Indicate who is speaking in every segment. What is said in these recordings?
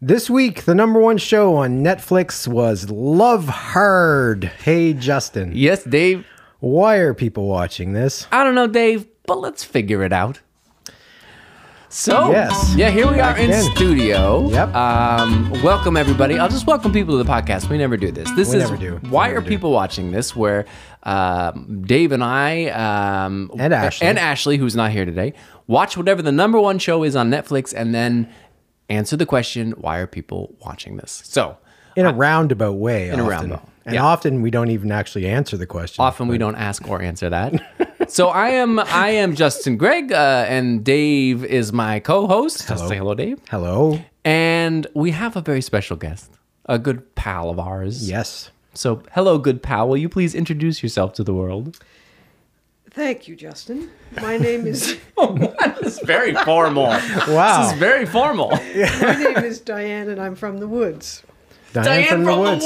Speaker 1: This week, the number one show on Netflix was Love Hard. Hey, Justin.
Speaker 2: Yes, Dave.
Speaker 1: Why are people watching this?
Speaker 2: I don't know, Dave, but let's figure it out. So,
Speaker 1: Yes.
Speaker 2: yeah, here we are in
Speaker 1: again.
Speaker 2: studio.
Speaker 1: Yep.
Speaker 2: Um, welcome, everybody. I'll just welcome people to the podcast. We never do this. This
Speaker 1: We
Speaker 2: is
Speaker 1: never do. We
Speaker 2: Why
Speaker 1: never
Speaker 2: Are
Speaker 1: do.
Speaker 2: People Watching This? Where um, Dave and I um,
Speaker 1: And Ashley.
Speaker 2: and Ashley, who's not here today, watch whatever the number one show is on Netflix and then answer the question, Why are people watching this? So,
Speaker 1: In a roundabout way. In
Speaker 2: a
Speaker 1: often.
Speaker 2: roundabout,
Speaker 1: And
Speaker 2: yeah.
Speaker 1: often we don't even actually answer the question.
Speaker 2: often we don't ask or answer that. so I am I am Justin Gregg, uh, and Dave is my co-host. Just say hello, Dave.
Speaker 1: Hello?
Speaker 2: And we have a very special guest, a good pal of ours.
Speaker 1: Yes.
Speaker 2: So hello, good pal. Will you please introduce yourself to the world?
Speaker 3: Thank you, Justin. My name is
Speaker 2: It's Oh, very formal.
Speaker 1: Wow.
Speaker 2: This is very formal.
Speaker 3: my name is Diane, and I'm from the woods.
Speaker 1: Diane,
Speaker 3: Diane of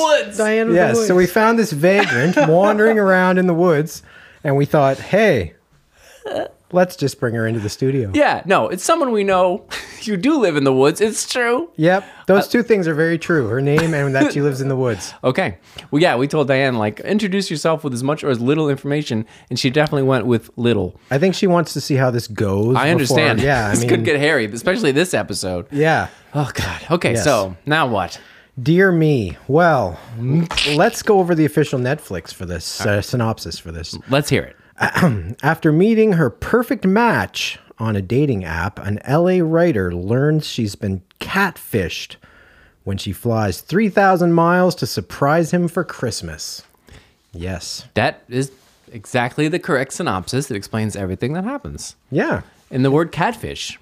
Speaker 3: the
Speaker 1: Yes.
Speaker 3: woods.
Speaker 1: So we found this vagrant wandering around in the woods, and we thought, hey, let's just bring her into the studio.
Speaker 2: Yeah, no, it's someone we know. You do live in the woods. It's true.
Speaker 1: Yep. Those two things are very true her name and that she lives in the woods.
Speaker 2: Okay. Well, yeah, we told Diane, like, introduce yourself with as much or as little information, and she definitely went with little.
Speaker 1: I think she wants to see how this goes.
Speaker 2: I understand.
Speaker 1: Before, yeah. I
Speaker 2: this
Speaker 1: mean,
Speaker 2: could get hairy, especially this episode.
Speaker 1: yeah.
Speaker 2: Oh God. Okay,
Speaker 1: Yes.
Speaker 2: so now what?
Speaker 1: Dear me. Well, let's go over the official Netflix for this uh, synopsis for this.
Speaker 2: Let's hear it.
Speaker 1: After meeting her perfect match on a dating app, an LA writer learns she's been catfished when she flies 3,000 miles to surprise him for Christmas. Yes.
Speaker 2: That is exactly the correct synopsis that explains everything that happens.
Speaker 1: Yeah.
Speaker 2: And the word catfish,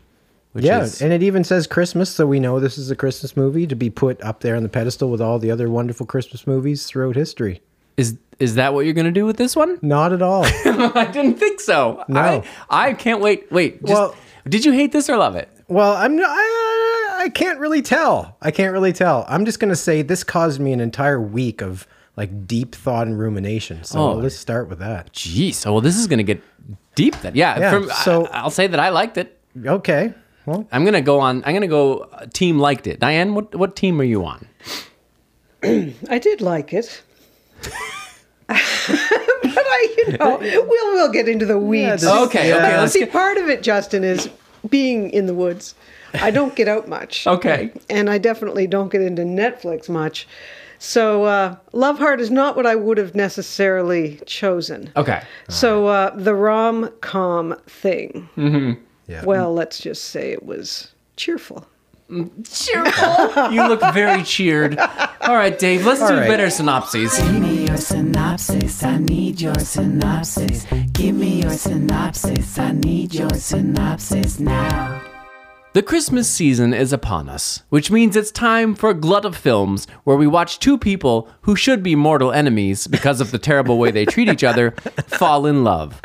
Speaker 2: which
Speaker 1: Yeah.
Speaker 2: is
Speaker 1: And it even says Christmas, so we know this is a Christmas movie to be put up there on the pedestal with all the other wonderful Christmas movies throughout history.
Speaker 2: is is that what you're gonna do with this one?
Speaker 1: Not at all.
Speaker 2: I didn't think so.
Speaker 1: No.
Speaker 2: I, I can't wait. Wait. Just,
Speaker 1: Well-
Speaker 2: did you hate this or love it?
Speaker 1: Well, I'm not, I, I can't really tell. I can't really tell. I'm just gonna say this caused me an entire week of like deep thought and rumination. So
Speaker 2: Oh.
Speaker 1: let's start with that.
Speaker 2: Jeez. Oh well, this is gonna get deep then. Yeah.
Speaker 1: Yeah,
Speaker 2: from-
Speaker 1: so-
Speaker 2: I, will say that I liked it.
Speaker 1: Okay. Well,
Speaker 2: I'm gonna go on. I'm gonna go. uh, Team liked it. Diane, what what team are you on?
Speaker 3: I did like it. but I, you know, we'll, we'll get into the weeds.
Speaker 1: this-
Speaker 2: Okay,
Speaker 1: Uh, yeah.
Speaker 2: okay, let's
Speaker 3: See,
Speaker 2: get-
Speaker 3: part of it, Justin, is being in the woods. I don't get out much.
Speaker 2: Okay.
Speaker 3: And I definitely don't get into Netflix much. So, uh, Love Heart is not what I would have necessarily chosen.
Speaker 2: Okay.
Speaker 3: So, uh, the rom com thing.
Speaker 2: Mm-hmm.
Speaker 1: yeah.
Speaker 3: Well, let's just say it was cheerful.
Speaker 2: cheerful. you look very cheered. All right, Dave, let's do
Speaker 1: right.
Speaker 2: better synopses.
Speaker 4: Give me your synopsis. I need your synopsis. Give me your synopsis. I need your synopsis now.
Speaker 2: The Christmas season is upon us, which means it's time for a glut of films where we watch two people who should be mortal enemies because of the terrible way they treat each other fall in love.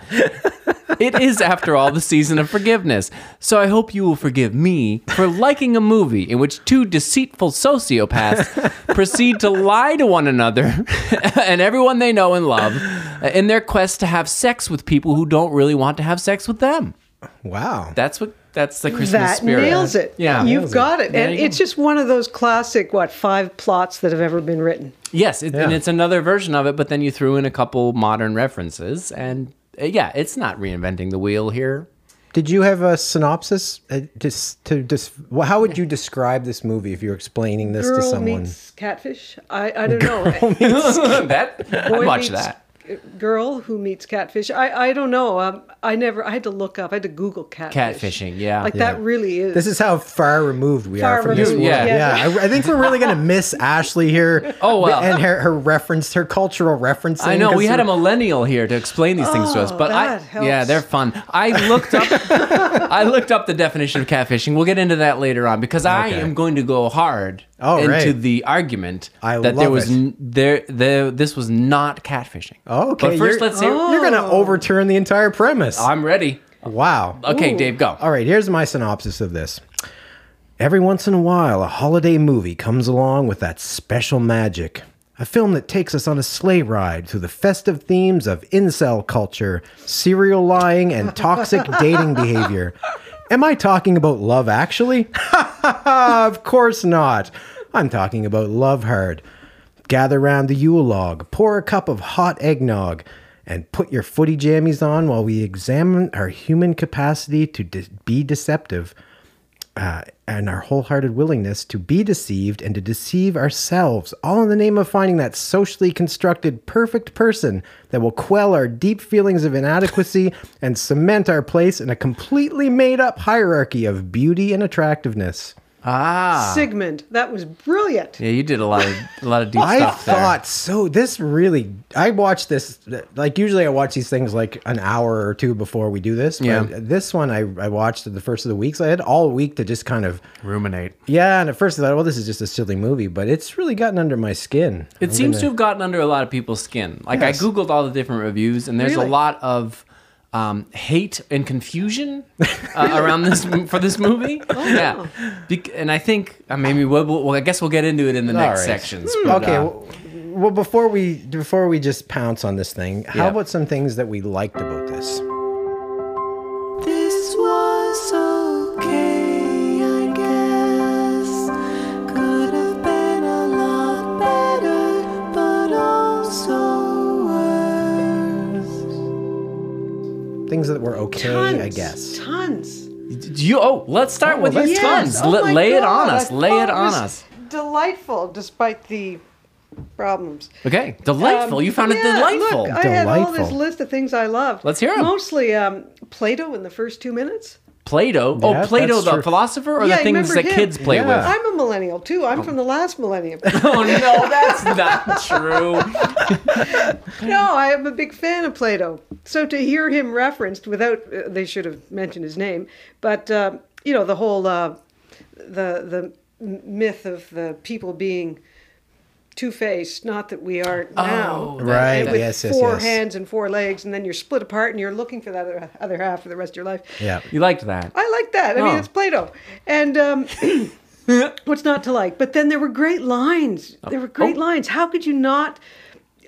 Speaker 2: It is, after all, the season of forgiveness, so I hope you will forgive me for liking a movie in which two deceitful sociopaths proceed to lie to one another and everyone they know and love in their quest to have sex with people who don't really want to have sex with them.
Speaker 1: wow.
Speaker 2: That's what. That's the Christmas
Speaker 3: that
Speaker 2: spirit.
Speaker 3: nails it.
Speaker 2: Yeah.
Speaker 3: you've got it,
Speaker 2: There
Speaker 3: and
Speaker 2: you go.
Speaker 3: it's just one of those classic what five plots that have ever been written.
Speaker 2: Yes, it, and
Speaker 1: Yeah.
Speaker 2: it's another version of it, but then you threw in a couple modern references, and uh, yeah, it's not reinventing the wheel here.
Speaker 1: Did you have a synopsis? Uh, dis, to dis, well, how would you describe this movie if you're explaining this to
Speaker 3: Girl
Speaker 1: someone?
Speaker 3: meets catfish. I, I don't know.
Speaker 2: that I'd
Speaker 3: Boy
Speaker 2: watch
Speaker 3: meets-
Speaker 2: that.
Speaker 3: Girl who meets catfish. I, I don't know. Um, I never. I had to look up. I had to Google catfish.
Speaker 2: Catfishing, yeah.
Speaker 3: Like that really is.
Speaker 1: This is how far removed we
Speaker 3: Far
Speaker 1: are from this
Speaker 3: removed,
Speaker 1: world.
Speaker 2: yeah.
Speaker 1: Yeah, I, I think we're really gonna miss Ashley here.
Speaker 2: Oh, wow.
Speaker 1: and her, her reference, her cultural referencing.
Speaker 2: I know
Speaker 1: 'cause
Speaker 2: we had
Speaker 1: we're-
Speaker 2: a millennial here to explain these things to us, but I,
Speaker 3: Oh, that
Speaker 2: yeah,
Speaker 3: helps.
Speaker 2: they're fun. I looked up, I looked up the definition of catfishing. We'll get into that later on because I
Speaker 1: Okay.
Speaker 2: am going to go hard
Speaker 1: All
Speaker 2: into
Speaker 1: right.
Speaker 2: the argument
Speaker 1: I
Speaker 2: that there
Speaker 1: love
Speaker 2: was
Speaker 1: it.
Speaker 2: n- there there this was not catfishing.
Speaker 1: Oh, okay.
Speaker 2: but first
Speaker 1: you're-
Speaker 2: let's hear.
Speaker 1: You're gonna
Speaker 3: Oh.
Speaker 1: overturn the entire premise.
Speaker 2: I'm ready.
Speaker 1: wow.
Speaker 2: Okay, Dave, go.
Speaker 1: All right, here's my synopsis of this. Every once in a while, a holiday movie comes along with that special magic. A film that takes us on a sleigh ride through the festive themes of incel culture, serial lying, and toxic dating behavior. Am I talking about love actually? of course not. I'm talking about love hard. Gather round the Yule log, pour a cup of hot eggnog, and put your footy jammies on while we examine our human capacity to de- be deceptive uh, and our wholehearted willingness to be deceived and to deceive ourselves, all in the name of finding that socially constructed perfect person that will quell our deep feelings of inadequacy and cement our place in a completely made up hierarchy of beauty and attractiveness.
Speaker 2: Ah.
Speaker 3: Sigmund, that was brilliant.
Speaker 2: Yeah, you did a lot of a lot of deep
Speaker 1: I
Speaker 2: stuff there.
Speaker 1: thought so. This really, I watched this. Like usually, I watch these things like an hour or two before we do this. But
Speaker 2: Yeah.
Speaker 1: This one I, I watched the first of the week, so I had all week to just kind of
Speaker 2: Ruminate.
Speaker 1: Yeah, and at first I thought, well, this is just a silly movie, but it's really gotten under my skin.
Speaker 2: It seems to have gotten under a lot of people's skin. Like
Speaker 1: Yes.
Speaker 2: I googled all the different reviews, and there's
Speaker 3: Really?
Speaker 2: a lot of um, hate and confusion uh, around this m- for this movie.
Speaker 3: Oh,
Speaker 2: yeah, Bec- and I think uh, maybe we'll, we'll, well, I guess we'll get into it in the
Speaker 1: right.
Speaker 2: next
Speaker 3: Hmm.
Speaker 2: sections. but,
Speaker 1: Okay,
Speaker 2: uh,
Speaker 1: well, well, before we before we just pounce on this thing, how
Speaker 2: Yeah.
Speaker 1: about some things that we liked about this?
Speaker 4: This was okay, I guess. Could have been a lot better, but also worse.
Speaker 1: Things that were okay,
Speaker 3: Tons,
Speaker 1: I guess.
Speaker 3: Tons.
Speaker 2: do you oh, let's start with
Speaker 1: let's
Speaker 2: your
Speaker 1: start.
Speaker 2: tons.
Speaker 3: Oh
Speaker 2: La-
Speaker 3: my
Speaker 2: lay it
Speaker 3: God,
Speaker 2: on
Speaker 3: I
Speaker 2: us. Lay
Speaker 3: thought
Speaker 2: it on
Speaker 3: was
Speaker 2: us.
Speaker 3: Delightful, despite the problems.
Speaker 2: Okay, delightful.
Speaker 3: Um,
Speaker 2: you found it
Speaker 3: yeah,
Speaker 2: delightful.
Speaker 3: Look, I had all this
Speaker 1: Delightful.
Speaker 3: list of things I loved.
Speaker 2: Let's hear 'em.
Speaker 3: Mostly um, Plato in the first two minutes.
Speaker 2: Plato.
Speaker 1: Yeah,
Speaker 2: oh, Plato,
Speaker 1: that's
Speaker 2: the
Speaker 1: true.
Speaker 2: philosopher, or
Speaker 3: Yeah,
Speaker 2: the
Speaker 3: I
Speaker 2: things that
Speaker 3: remember him.
Speaker 2: kids play
Speaker 1: Yeah.
Speaker 2: with.
Speaker 3: I'm a millennial too. I'm from the last millennium.
Speaker 2: Oh no, that's not true.
Speaker 3: no, I am a big fan of Plato. So to hear him referenced without, uh, they should have mentioned his name, but uh, you know the whole uh, the the m- myth of the people being two faced. Not that we aren't now,
Speaker 2: Oh,
Speaker 1: Right,
Speaker 3: and with
Speaker 1: yes, yes,
Speaker 3: four
Speaker 1: yes.
Speaker 3: hands and four legs, and then you're split apart, and you're looking for that other, other half for the rest of your life.
Speaker 1: Yeah.
Speaker 2: You liked that.
Speaker 3: I like that. I mean,
Speaker 2: Oh.
Speaker 3: it's Plato, and um, what's not to like? But then there were great lines. There were great
Speaker 2: Oh.
Speaker 3: lines. How could you not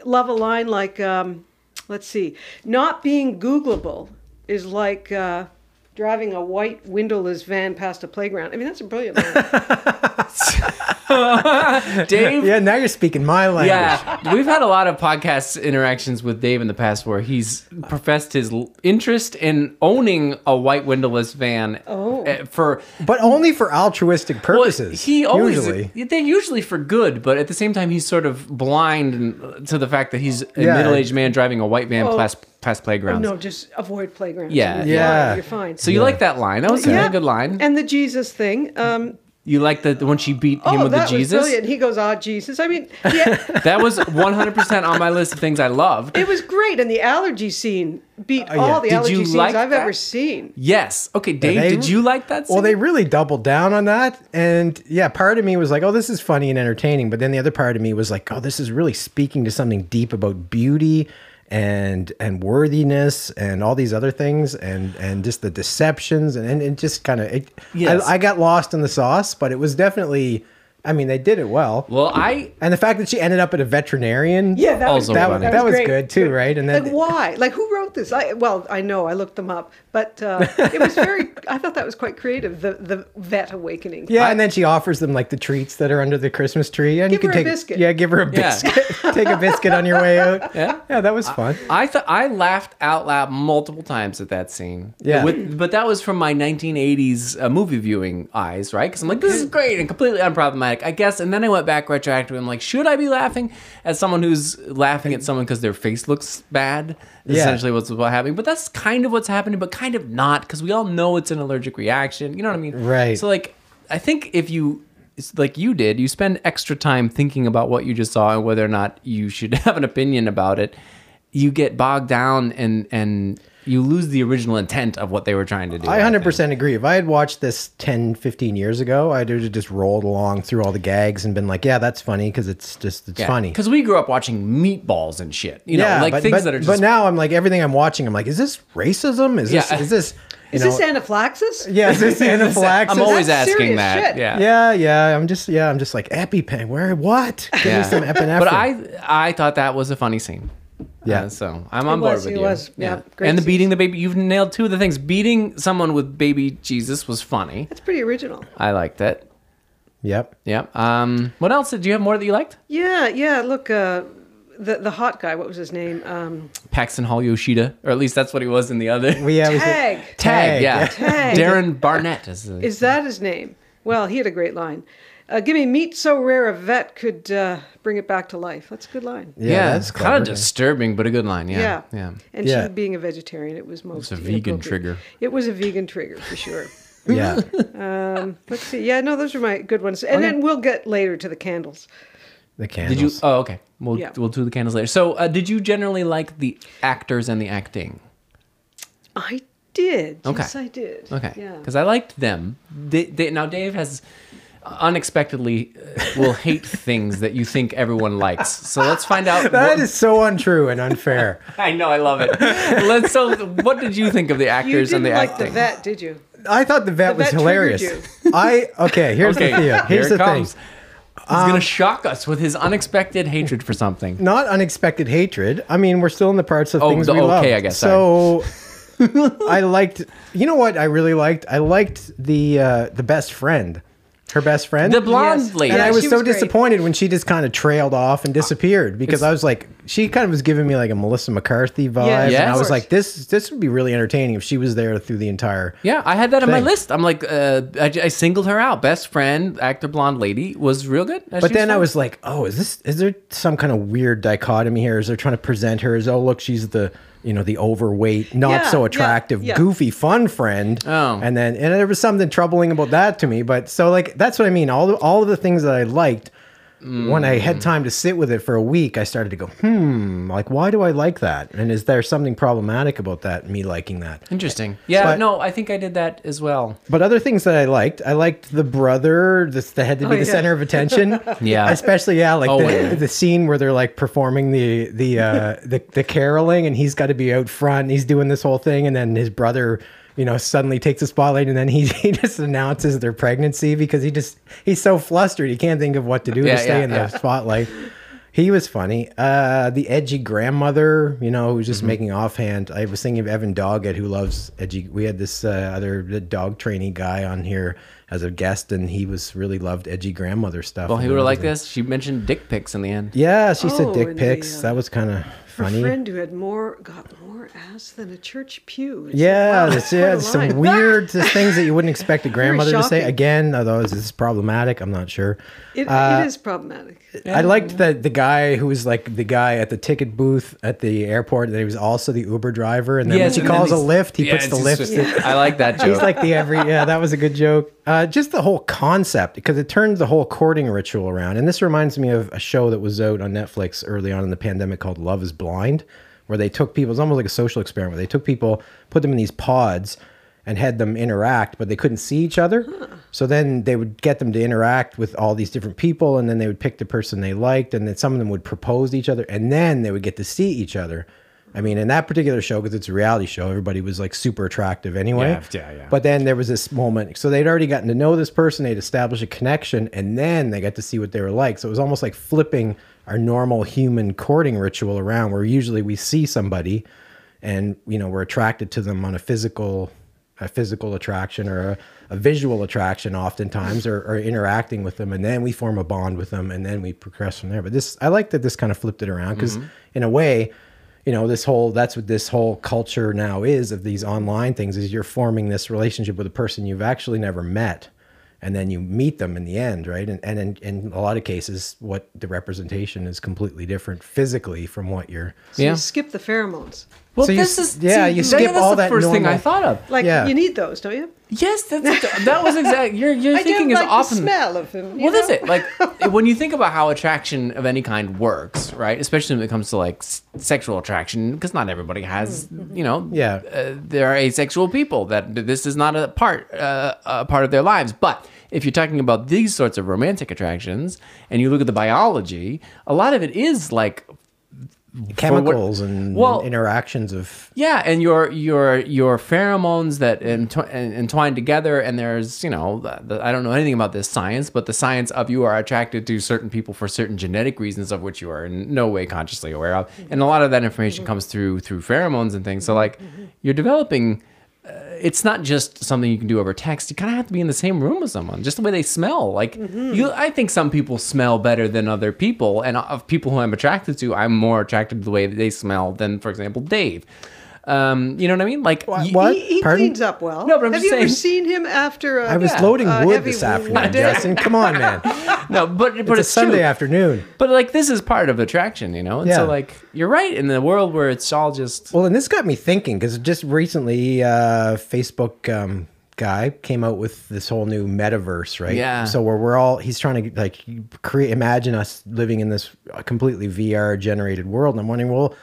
Speaker 3: love a line like, um, let's see, not being Googleable is like uh, driving a white windowless van past a playground. I mean, that's a brilliant line.
Speaker 2: Dave.
Speaker 1: Yeah, now you're speaking my language.
Speaker 2: Yeah, we've had a lot of podcast interactions with Dave in the past where he's professed his l- interest in owning a white windowless van
Speaker 3: Oh.
Speaker 2: eh, for
Speaker 1: But only for altruistic
Speaker 2: well,
Speaker 1: purposes.
Speaker 2: he always
Speaker 1: usually.
Speaker 2: they're usually for good, but at the same time he's sort of blind and- to the fact that he's a
Speaker 1: Yeah.
Speaker 2: middle-aged man driving a white van
Speaker 3: Oh.
Speaker 2: past past playgrounds.
Speaker 3: no, just avoid playgrounds.
Speaker 2: Yeah.
Speaker 3: You're fine,
Speaker 1: Yeah.
Speaker 3: you're fine.
Speaker 2: So you like that line? That was a really good line.
Speaker 3: And the Jesus thing. Um,
Speaker 2: you like the when she beat him
Speaker 3: oh,
Speaker 2: with the
Speaker 3: that was
Speaker 2: Jesus?
Speaker 3: brilliant. He goes, ah, Jesus. I mean, yeah.
Speaker 2: That was 100% on my list of things I loved.
Speaker 3: It was great, and the allergy scene beat
Speaker 1: yeah.
Speaker 3: all the
Speaker 2: Oh, Did
Speaker 3: allergy
Speaker 2: you
Speaker 3: scenes
Speaker 2: like
Speaker 3: I've
Speaker 2: that?
Speaker 3: ever seen.
Speaker 2: Yes. Okay, Dave,
Speaker 1: they-
Speaker 2: did you like that? Scene?
Speaker 1: Well, they really doubled down on that. And yeah, part of me was like, oh, this is funny and entertaining. But then the other part of me was like, oh, this is really speaking to something deep about beauty and and worthiness and all these other things and and just the deceptions and and, and just kind of it
Speaker 2: Yes.
Speaker 1: I, I got lost in the sauce but it was definitely i mean they did it well,
Speaker 2: Well, I
Speaker 1: and the fact that she ended up at a veterinarian
Speaker 3: Yeah, that
Speaker 2: Also
Speaker 3: was
Speaker 1: that,
Speaker 2: funny.
Speaker 1: that, was
Speaker 3: great.
Speaker 1: good too right and then
Speaker 3: Like why? Like who wrote this? I well, I know I looked them up, but uh, it was very. I thought that was quite creative. The the vet awakening.
Speaker 1: Yeah, and then she offers them like the treats that are under the Christmas tree, and
Speaker 3: Give
Speaker 1: you can
Speaker 3: her a
Speaker 1: take
Speaker 3: biscuit.
Speaker 1: Yeah, give her a
Speaker 2: Yeah.
Speaker 1: biscuit. take a biscuit on your way out.
Speaker 2: Yeah.
Speaker 1: that was fun.
Speaker 2: I thought I laughed out loud multiple times at that scene.
Speaker 1: Yeah.
Speaker 2: With, but that was from my 1980s uh, movie viewing eyes, right? Because I'm like, this is great and completely unproblematic, I guess. And then I went back retroactively. I'm like, should I be laughing as someone who's laughing at someone because their face looks bad? Is
Speaker 1: Yeah.
Speaker 2: Essentially, what's what happening. But that's kind of what's happening, but kind of not because we all know it's an allergic reaction. You know what I mean?
Speaker 1: Right.
Speaker 2: So like, I think if you it's like you did, you spend extra time thinking about what you just saw and whether or not you should have an opinion about it. You get bogged down and and you lose the original intent of what they were trying to do.
Speaker 1: I
Speaker 2: think.
Speaker 1: 100% agree. If I had watched this 10, 15 years ago, I'd have just rolled along through all the gags and been like, yeah, that's funny because it's just, it's funny.
Speaker 2: because we grew up watching meatballs and shit. You know, like
Speaker 1: but,
Speaker 2: things
Speaker 1: but,
Speaker 2: that are just
Speaker 1: but now I'm like, everything I'm watching, I'm like, is this racism? Is
Speaker 2: Yeah.
Speaker 1: this, is this, you
Speaker 3: Is
Speaker 1: know,
Speaker 3: this anaphylaxis?
Speaker 1: yeah, is this anaphylaxis?
Speaker 2: I'm always
Speaker 3: That's
Speaker 2: asking
Speaker 3: serious
Speaker 2: that.
Speaker 3: shit.
Speaker 2: Yeah.
Speaker 1: yeah, yeah. I'm just, yeah, I'm just like, EpiPen, where, what? Give
Speaker 2: Yeah.
Speaker 1: me some epinephrine.
Speaker 2: But I I thought that was a funny scene.
Speaker 1: Yeah.
Speaker 2: Uh, so I'm on board
Speaker 3: was,
Speaker 2: with
Speaker 3: it
Speaker 2: you.
Speaker 3: was. Yeah, great
Speaker 2: and the
Speaker 3: season.
Speaker 2: beating the baby. You've nailed two of the things. Beating someone with baby Jesus was funny.
Speaker 3: It's pretty original.
Speaker 2: I liked it.
Speaker 1: Yep.
Speaker 2: Yep. Um, what else? Do you have more that you liked?
Speaker 3: Yeah, yeah. Look, uh, the the hot guy. What was his name? Um,
Speaker 2: Paxton Hall Yoshida, or at least that's what he was in the other.
Speaker 1: Well, yeah, we said-
Speaker 2: Tag,
Speaker 3: Tag.
Speaker 1: Tag,
Speaker 2: yeah.
Speaker 3: yeah. Tag.
Speaker 2: Darren Barnett is, the,
Speaker 3: Is that his name? Well, he had a great line. Uh, give me meat so rare a vet could uh, bring it back to life. That's a good line.
Speaker 2: yeah, it's kind
Speaker 1: clever.
Speaker 2: of disturbing, but a good line. Yeah,
Speaker 3: Yeah.
Speaker 2: yeah.
Speaker 3: And
Speaker 1: Yeah.
Speaker 3: she being a vegetarian, it was most.
Speaker 2: a vegan
Speaker 3: inappropriate.
Speaker 2: trigger.
Speaker 3: It was a vegan trigger for sure.
Speaker 1: Yeah.
Speaker 3: Um, let's see. Yeah, no, those are my good ones.
Speaker 1: Oh,
Speaker 3: And then we'll get later to the candles.
Speaker 1: The
Speaker 2: Did
Speaker 1: candles.
Speaker 2: you? Oh, okay. We'll
Speaker 3: Yeah.
Speaker 2: we'll do the candles later. So, uh, did you generally like the actors and the acting?
Speaker 3: I did.
Speaker 2: Okay.
Speaker 3: Yes, I did.
Speaker 2: Okay.
Speaker 3: Yeah.
Speaker 2: Because I liked them. Da- Da- now Dave has unexpectedly uh, will hate things that you think everyone likes. So let's find out.
Speaker 1: That
Speaker 2: what-
Speaker 1: is so untrue and unfair.
Speaker 2: I know. I love it. Let's. So, what did you think of the
Speaker 3: You
Speaker 2: actors and
Speaker 3: didn't
Speaker 2: the
Speaker 3: like
Speaker 2: acting?
Speaker 3: the vet, did you?
Speaker 1: I thought the vet
Speaker 3: The
Speaker 1: was
Speaker 3: vet triggered
Speaker 1: hilarious. I okay. Here's
Speaker 2: Okay,
Speaker 1: the deal.
Speaker 2: here
Speaker 1: Here's the
Speaker 2: it comes.
Speaker 1: thing.
Speaker 2: He's
Speaker 1: Um,
Speaker 2: gonna shock us with his unexpected hatred for something.
Speaker 1: Not unexpected hatred. I mean, we're still in the parts of
Speaker 2: Oh,
Speaker 1: things
Speaker 2: the
Speaker 1: we
Speaker 2: okay,
Speaker 1: love.
Speaker 2: I guess,
Speaker 1: So I liked. You know what? I really liked. I liked the uh, the best friend, her best friend.
Speaker 2: The blonde
Speaker 3: Yes.
Speaker 2: lady.
Speaker 1: and I
Speaker 3: Yeah,
Speaker 1: was,
Speaker 3: she
Speaker 1: so
Speaker 3: was great. Uh,
Speaker 1: disappointed when she just kind of trailed off and disappeared because I was like, she kind of was giving me like a Melissa McCarthy vibe,
Speaker 3: Yeah,
Speaker 2: Yes.
Speaker 1: and I
Speaker 2: of
Speaker 1: was
Speaker 3: course.
Speaker 1: like, this this would be really entertaining if she was there through the entire.
Speaker 2: Yeah, I had that on my
Speaker 1: Thing.
Speaker 2: list. I'm like, uh, I, I singled her out. Best friend, actor, blonde lady was real good. Uh, she
Speaker 1: But then I
Speaker 2: fun.
Speaker 1: was like, oh, is this is there some kind of weird dichotomy here? Is they're trying to present her as oh look, she's the you know the overweight, not
Speaker 3: Yeah,
Speaker 1: so
Speaker 3: yeah,
Speaker 1: attractive,
Speaker 3: yeah.
Speaker 1: goofy, fun friend.
Speaker 2: Oh.
Speaker 1: and then and there was something troubling about that to me. But so like that's what I mean. All the, all of the things that I liked. When I had time to sit with it for a week, I started to go, hmm, like, why do I like that? And is there something problematic about that, me liking that?
Speaker 2: interesting. Yeah,
Speaker 1: But-
Speaker 2: no, I think I did that as well.
Speaker 1: But other things that I liked, I liked the brother this, that had to be
Speaker 3: Oh,
Speaker 1: the
Speaker 3: yeah.
Speaker 1: center of attention.
Speaker 2: Yeah.
Speaker 1: especially yeah, like
Speaker 2: Oh,
Speaker 1: the,
Speaker 2: yeah.
Speaker 1: the scene where they're like performing the the uh, the, the caroling, and he's got to be out front. And he's doing this whole thing, and then his brother, you know, suddenly takes the spotlight, and then he, he just announces their pregnancy because he just he's so flustered he can't think of what to do
Speaker 2: Yeah,
Speaker 1: to stay
Speaker 2: yeah,
Speaker 1: in
Speaker 2: yeah.
Speaker 1: the spotlight. He was funny. Uh, the edgy grandmother, you know, who was just
Speaker 2: Mm-hmm.
Speaker 1: making offhand. I was thinking of Evan Doggett, who loves edgy. We had this uh, other dog trainee guy on here as a guest, and he was really loved edgy grandmother stuff.
Speaker 2: Well,
Speaker 1: and
Speaker 2: he were like
Speaker 1: everything.
Speaker 2: this. She mentioned dick pics in the end.
Speaker 1: Yeah, she said
Speaker 3: Oh,
Speaker 1: dick
Speaker 3: and the,
Speaker 1: pics.
Speaker 3: uh,
Speaker 1: that was kind of
Speaker 3: A
Speaker 1: funny.
Speaker 3: friend who had more got more ass than a church pew. It's like,
Speaker 1: Yeah,
Speaker 3: wow,
Speaker 1: that's,
Speaker 3: what
Speaker 1: yeah,
Speaker 3: a
Speaker 1: there's some
Speaker 3: line.
Speaker 1: weird just things that you wouldn't expect a grandmother to say.
Speaker 3: shocking.
Speaker 1: Again, although this is problematic, I'm not sure.
Speaker 3: Ah, It,
Speaker 1: uh,
Speaker 3: it is problematic.
Speaker 1: I liked that the guy who was like the guy at the ticket booth at the airport, that he was also the Uber driver, and then
Speaker 2: Yes,
Speaker 1: when
Speaker 2: and
Speaker 1: she
Speaker 2: then
Speaker 1: calls a
Speaker 2: he's-
Speaker 1: lift, he
Speaker 2: Yeah,
Speaker 1: puts the
Speaker 2: it's
Speaker 1: lift.
Speaker 2: just- I like that joke.
Speaker 1: He's like the every yeah, that was a good joke. Uh, just the whole concept because it turns the whole courting ritual around, and this reminds me of a show that was out on Netflix early on in the pandemic called Love Is Blind, where they took people. It's almost like a social experiment. Where they took people, put them in these pods, and had them interact, but they couldn't see each other. So then they would get them to interact with all these different people, and then they would pick the person they liked, and then some of them would propose to each other, and then they would get to see each other. I mean, in that particular show, because it's a reality show, everybody was like super attractive anyway.
Speaker 2: Yeah, yeah, yeah.
Speaker 1: But then there was this moment. So they'd already gotten to know this person, they'd established a connection, and then they got to see what they were like. So it was almost like flipping our normal human courting ritual around where usually we see somebody and you know we're attracted to them on a physical a physical attraction or a, a visual attraction oftentimes or, or interacting with them and then we form a bond with them and then we progress from there but this i like that this kind of flipped it around because
Speaker 2: Mm-hmm.
Speaker 1: in a way you know this whole that's what this whole culture now is of these online things is you're forming this relationship with a person you've actually never met and then you meet them in the end right and and in, in a lot of cases what the representation is completely different physically from what you're
Speaker 3: So
Speaker 2: Yeah.
Speaker 3: you skip the pheromones.
Speaker 2: well,
Speaker 1: so you
Speaker 2: this
Speaker 1: s-
Speaker 2: is
Speaker 1: yeah,
Speaker 2: see,
Speaker 1: you
Speaker 2: that's
Speaker 1: skip all
Speaker 2: the
Speaker 1: that
Speaker 2: first thing
Speaker 1: normal-
Speaker 2: I thought of.
Speaker 3: Like
Speaker 1: Yeah.
Speaker 3: you need those, don't you?
Speaker 2: Yes, that's, that was exactly your your
Speaker 3: I
Speaker 2: thinking
Speaker 3: do like
Speaker 2: is often
Speaker 3: the smell of them. you
Speaker 2: Well, that's
Speaker 3: know?
Speaker 2: it. Like when you think about how attraction of any kind works, right? Especially when it comes to like s- sexual attraction, because not everybody has,
Speaker 3: Mm-hmm.
Speaker 2: you know,
Speaker 1: Yeah.
Speaker 2: uh, there are asexual people that that this is not a part uh, a part of their lives. But if you're talking about these sorts of romantic attractions, and you look at the biology, a lot of it is like
Speaker 1: chemicals and,
Speaker 2: Well-
Speaker 1: and interactions of
Speaker 2: Yeah, and your your your pheromones that entw- en- entwine together, and there's you know the, the, I don't know anything about this science, but the science of you are attracted to certain people for certain genetic reasons of which you are in no way consciously aware of, and a lot of that information comes through through pheromones and things. So like you're developing, uh, it's not just something you can do over text. You kind of have to be in the same room with someone, just the way they smell. Like
Speaker 1: Mm-hmm.
Speaker 2: you, I think some people smell better than other people, and of people who I'm attracted to, I'm more attracted to the way that they smell than, for example, Dave. Um, you know what I mean? Like y-
Speaker 1: what?
Speaker 3: He, he
Speaker 1: Pardon?
Speaker 3: cleans up well.
Speaker 2: No, but I'm
Speaker 3: Have
Speaker 2: just
Speaker 3: you ever
Speaker 2: saying-
Speaker 3: seen him after? A,
Speaker 1: I was
Speaker 3: Oh, yeah,
Speaker 1: loading
Speaker 3: a
Speaker 1: wood
Speaker 3: heavy
Speaker 1: this afternoon,
Speaker 3: day?
Speaker 1: Justin. Come on, man.
Speaker 2: No, but but
Speaker 1: It's
Speaker 2: it's,
Speaker 1: a Sunday
Speaker 2: true.
Speaker 1: afternoon.
Speaker 2: But like this is part of attraction, you know. And
Speaker 1: Yeah.
Speaker 2: so like you're right in the world where it's all just
Speaker 1: Well, and this got me thinking because just recently, uh, Facebook um, guy came out with this whole new metaverse, right?
Speaker 2: Yeah.
Speaker 1: So where we're all, he's trying to like create, imagine us living in this uh, completely VR generated world. And I'm wondering, well,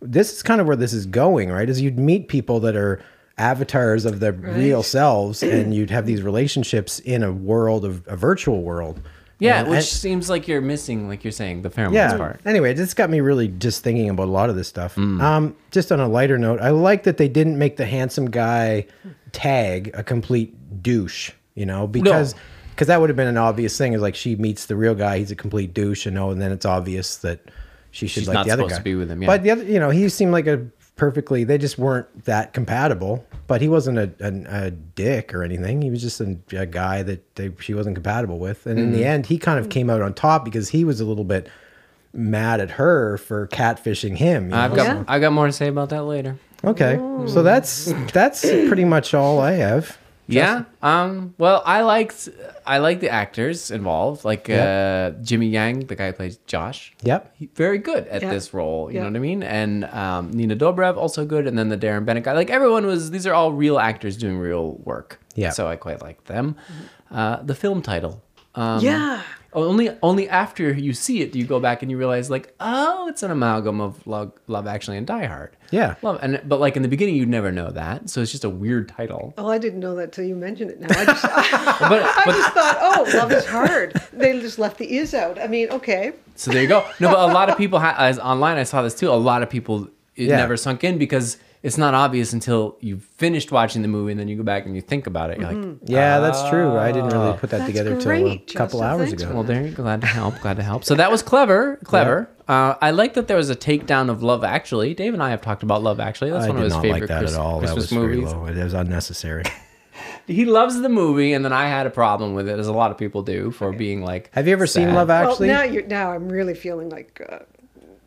Speaker 1: this is kind of where this is going, right? Is you'd meet people that are avatars of their real selves, and you'd have these relationships in a world of a virtual world.
Speaker 2: yeah,
Speaker 1: And-
Speaker 2: which
Speaker 1: and-
Speaker 2: seems like you're missing, like you're saying, the pheromones
Speaker 1: yeah.
Speaker 2: part. Mm.
Speaker 1: Anyway, this got me really just thinking about a lot of this stuff. Um, just on a lighter note, I like that they didn't make the handsome guy tag a complete douche. You know, because because that would have been an obvious thing. Is like she meets the real guy, he's a complete douche, and oh, and then it's obvious that she should
Speaker 2: She's
Speaker 1: like
Speaker 2: not
Speaker 1: the other
Speaker 2: supposed
Speaker 1: guy.
Speaker 2: to be with him, yeah.
Speaker 1: But the other, you know, he seemed like a perfectly. They just weren't that compatible. But he wasn't a, a, a dick or anything. He was just a, a guy that they, she wasn't compatible with. And
Speaker 2: Mm-hmm.
Speaker 1: in the end, he kind of came out on top because he was a little bit mad at her for catfishing him. you
Speaker 2: I've
Speaker 1: know?
Speaker 2: got
Speaker 3: Yeah.
Speaker 2: I've got more to say about that later.
Speaker 1: okay, so that's that's pretty much all I have.
Speaker 2: Yeah. Um. Well, I liked I liked the actors involved, like uh, Jimmy Yang, the guy who plays Josh.
Speaker 1: Yep.
Speaker 2: he- very good at
Speaker 3: Yeah.
Speaker 2: this role. You
Speaker 3: Yeah.
Speaker 2: know what I mean? And um, Nina Dobrev also good, and then the Darren Bennett guy. Like everyone was. These are all real actors doing real work.
Speaker 1: Yeah.
Speaker 2: So I quite like them.
Speaker 3: Mm-hmm.
Speaker 2: Uh, the film title. Um,
Speaker 3: Yeah.
Speaker 2: Only only after you see it do you go back and you realize like oh it's an amalgam of Love, Love Actually and Die Hard.
Speaker 1: Yeah.
Speaker 2: Love and but like in the beginning you'd never know that so it's just a weird title.
Speaker 3: Oh, I didn't know that till you mentioned it. Now I just, I,
Speaker 2: But but
Speaker 3: just thought, oh, love is hard. They just left the is out. I mean, okay,
Speaker 2: So there you go. No, but a lot of people ha- as online. I saw this too. A lot of people it
Speaker 1: Yeah.
Speaker 2: never sunk in because it's not obvious until you've finished watching the movie and then you go back and you think about it. You're like,
Speaker 1: Yeah, that's true. I didn't really put that
Speaker 3: That's
Speaker 1: together till a
Speaker 3: great,
Speaker 1: couple
Speaker 3: Justin.
Speaker 1: hours
Speaker 3: Thanks
Speaker 1: ago.
Speaker 3: for
Speaker 2: well, there you go. Glad to help. Glad to help. So that was clever. Clever. Uh, I like that there was a takedown of Love Actually. Dave and I have talked about Love Actually. That's
Speaker 1: I
Speaker 2: one of
Speaker 1: did
Speaker 2: his
Speaker 1: not
Speaker 2: favorite
Speaker 1: like that
Speaker 2: Christ-
Speaker 1: at all.
Speaker 2: Christmas
Speaker 1: that was
Speaker 2: movies.
Speaker 1: very low. It was unnecessary.
Speaker 2: He loves the movie, and then I had a problem with it, as a lot of people do, for being like.
Speaker 1: Have you ever seen
Speaker 2: sad.
Speaker 1: Love Actually?
Speaker 3: well, now you're now I'm really feeling like uh,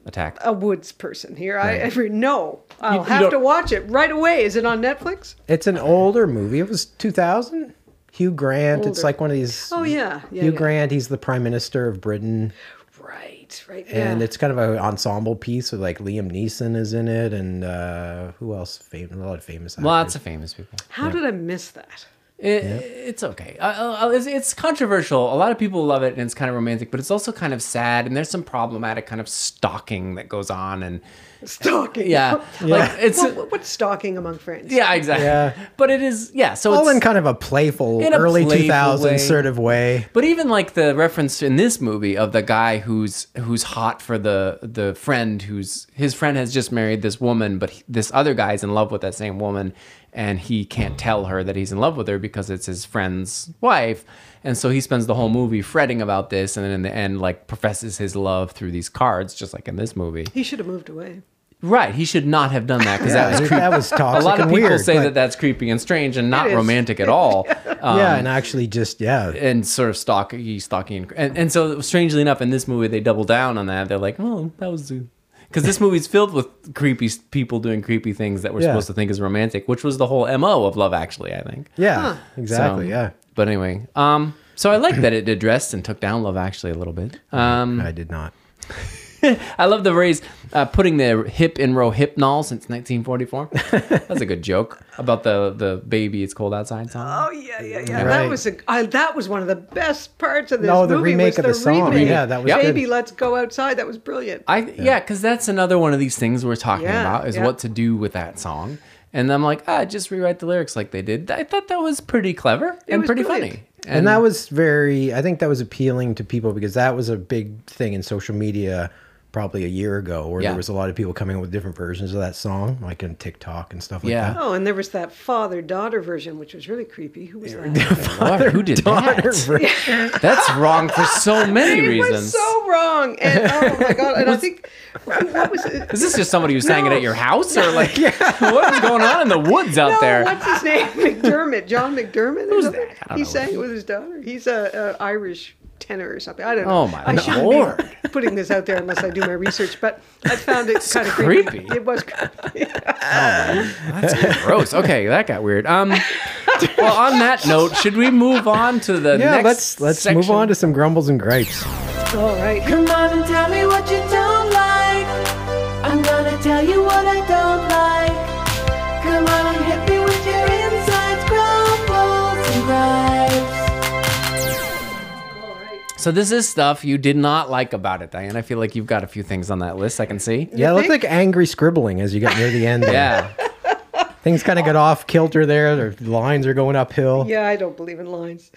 Speaker 2: Attack?
Speaker 1: Oh.
Speaker 3: a woods person here. I every no, I'll
Speaker 2: you
Speaker 3: have
Speaker 2: don't-
Speaker 3: to watch it right away. Is it on Netflix?
Speaker 1: It's an older movie. It was 2000. Hugh Grant. It's
Speaker 3: Older.
Speaker 1: like one of these.
Speaker 3: Oh, yeah. Yeah,
Speaker 1: Hugh
Speaker 3: yeah.
Speaker 1: Grant. He's the prime minister of Britain,
Speaker 3: Right, right.
Speaker 1: and
Speaker 3: yeah.
Speaker 1: it's kind of an ensemble piece. With like Liam Neeson is in it, and uh, who else? Famous. A lot of famous. Actors.
Speaker 2: Lots of famous people.
Speaker 3: How did I miss that?
Speaker 2: It, It's okay. Uh, uh, it's, it's controversial. A lot of people love it, and it's kind of romantic, but it's also kind of sad. And there's some problematic kind of stalking that goes on, and
Speaker 3: Stalking.
Speaker 2: yeah, like it's
Speaker 3: Well, what- what's stalking among friends?
Speaker 2: yeah, exactly.
Speaker 1: Yeah.
Speaker 2: But it is yeah. So
Speaker 1: all
Speaker 2: it's,
Speaker 1: in kind of a playful
Speaker 2: In a
Speaker 1: early
Speaker 2: playful
Speaker 1: 2000s
Speaker 2: way.
Speaker 1: sort of way.
Speaker 2: But even like the reference in this movie of the guy who's who's hot for the the friend who's his friend has just married this woman, but he- this other guy's in love with that same woman, and he can't tell her that he's in love with her because it's his friend's wife, and so he spends the whole movie fretting about this, and then in the end, like professes his love through these cards, just like in this movie.
Speaker 3: He should have moved away.
Speaker 2: Right? He should not have done that because that was
Speaker 1: Yeah,
Speaker 2: creepy.
Speaker 1: that was
Speaker 2: A
Speaker 1: toxic
Speaker 2: lot of
Speaker 1: and
Speaker 2: people
Speaker 1: weird,
Speaker 2: say
Speaker 1: but-
Speaker 2: that that's creepy and strange and not
Speaker 3: is.
Speaker 2: romantic at all. Um,
Speaker 1: yeah, and actually just yeah.
Speaker 2: and sort of stalky, stalky, and, and and so strangely enough, in this movie they double down on that. They're like, "Oh, that was," because this movie's filled with creepy s- people doing creepy things that we're
Speaker 1: Yeah.
Speaker 2: supposed to think is romantic, which was the whole mo of Love Actually, I think.
Speaker 1: Yeah,
Speaker 3: Huh.
Speaker 1: exactly.
Speaker 2: So-
Speaker 1: yeah.
Speaker 2: But anyway, um, so I like that it addressed and took down Love Actually a little bit. Um,
Speaker 1: I did not.
Speaker 2: I love the phrase uh, putting the hip in rohypnol since 1944. That's a good joke about the the baby. It's cold outside song.
Speaker 3: Oh yeah, yeah, yeah.
Speaker 1: Right.
Speaker 3: That was a I, that was one of the best parts of this
Speaker 1: No,
Speaker 3: movie.
Speaker 1: the remake
Speaker 3: was
Speaker 1: of the song.
Speaker 3: remake.
Speaker 1: Yeah, that was
Speaker 2: Yep.
Speaker 3: Baby,
Speaker 1: good.
Speaker 3: let's go outside. That was brilliant.
Speaker 2: I yeah, because that's another one of these things we're talking
Speaker 3: Yeah,
Speaker 2: about is
Speaker 3: yeah.
Speaker 2: what to do with that song. And I'm like, ah, just rewrite the lyrics like they did. I thought that was pretty clever and
Speaker 3: was
Speaker 2: pretty
Speaker 3: brilliant.
Speaker 2: funny.
Speaker 1: and, that was very i think that was appealing to people because that was a big thing in social media probably a year ago where
Speaker 2: Yeah.
Speaker 1: there was a lot of people coming up with different versions of that song, like on TikTok and stuff like
Speaker 2: Yeah.
Speaker 1: that.
Speaker 3: Oh, and there was that father daughter version, which was really creepy. Who was that?
Speaker 2: Lord, who did
Speaker 1: Daughter
Speaker 2: that?
Speaker 1: version.
Speaker 2: That's wrong for so many
Speaker 3: It
Speaker 2: reasons.
Speaker 3: was so wrong. And oh my god! And I think what was it?
Speaker 2: Is this just somebody who sang it
Speaker 3: No.
Speaker 2: at your house, or like what is going on in the woods out
Speaker 3: no,
Speaker 2: there?
Speaker 3: Oh, what's his name? McDermott, John McDermott. Or
Speaker 2: Who's
Speaker 3: something?
Speaker 2: that? I don't
Speaker 3: He
Speaker 2: know.
Speaker 3: sang it with his daughter. He's a, a Irish tenor or something. I don't know.
Speaker 2: Oh, my
Speaker 3: I shouldn't be
Speaker 2: lord.
Speaker 3: putting this out there unless I do my research, but I found it kind of
Speaker 2: creepy.
Speaker 3: It was creepy.
Speaker 2: That's gross. Okay, that got weird. Um, well, on that note, should we move on to the
Speaker 1: Yeah, let's
Speaker 2: next
Speaker 1: let's move
Speaker 2: section?
Speaker 1: on to some grumbles and gripes.
Speaker 3: All right.
Speaker 4: Come on and tell me what you don't like. I'm gonna tell you what I don't like. Come on and hit me with your insides, grumbles and gripes.
Speaker 3: All right.
Speaker 2: So this is stuff you did not like about it, Diane. I feel like you've got a few things on that list. I can see.
Speaker 1: Yeah, it looked like angry scribbling as you got near the end. there.
Speaker 2: Yeah.
Speaker 1: Things kind of got off kilter there. The lines are going uphill.
Speaker 3: Yeah, I don't believe in lines.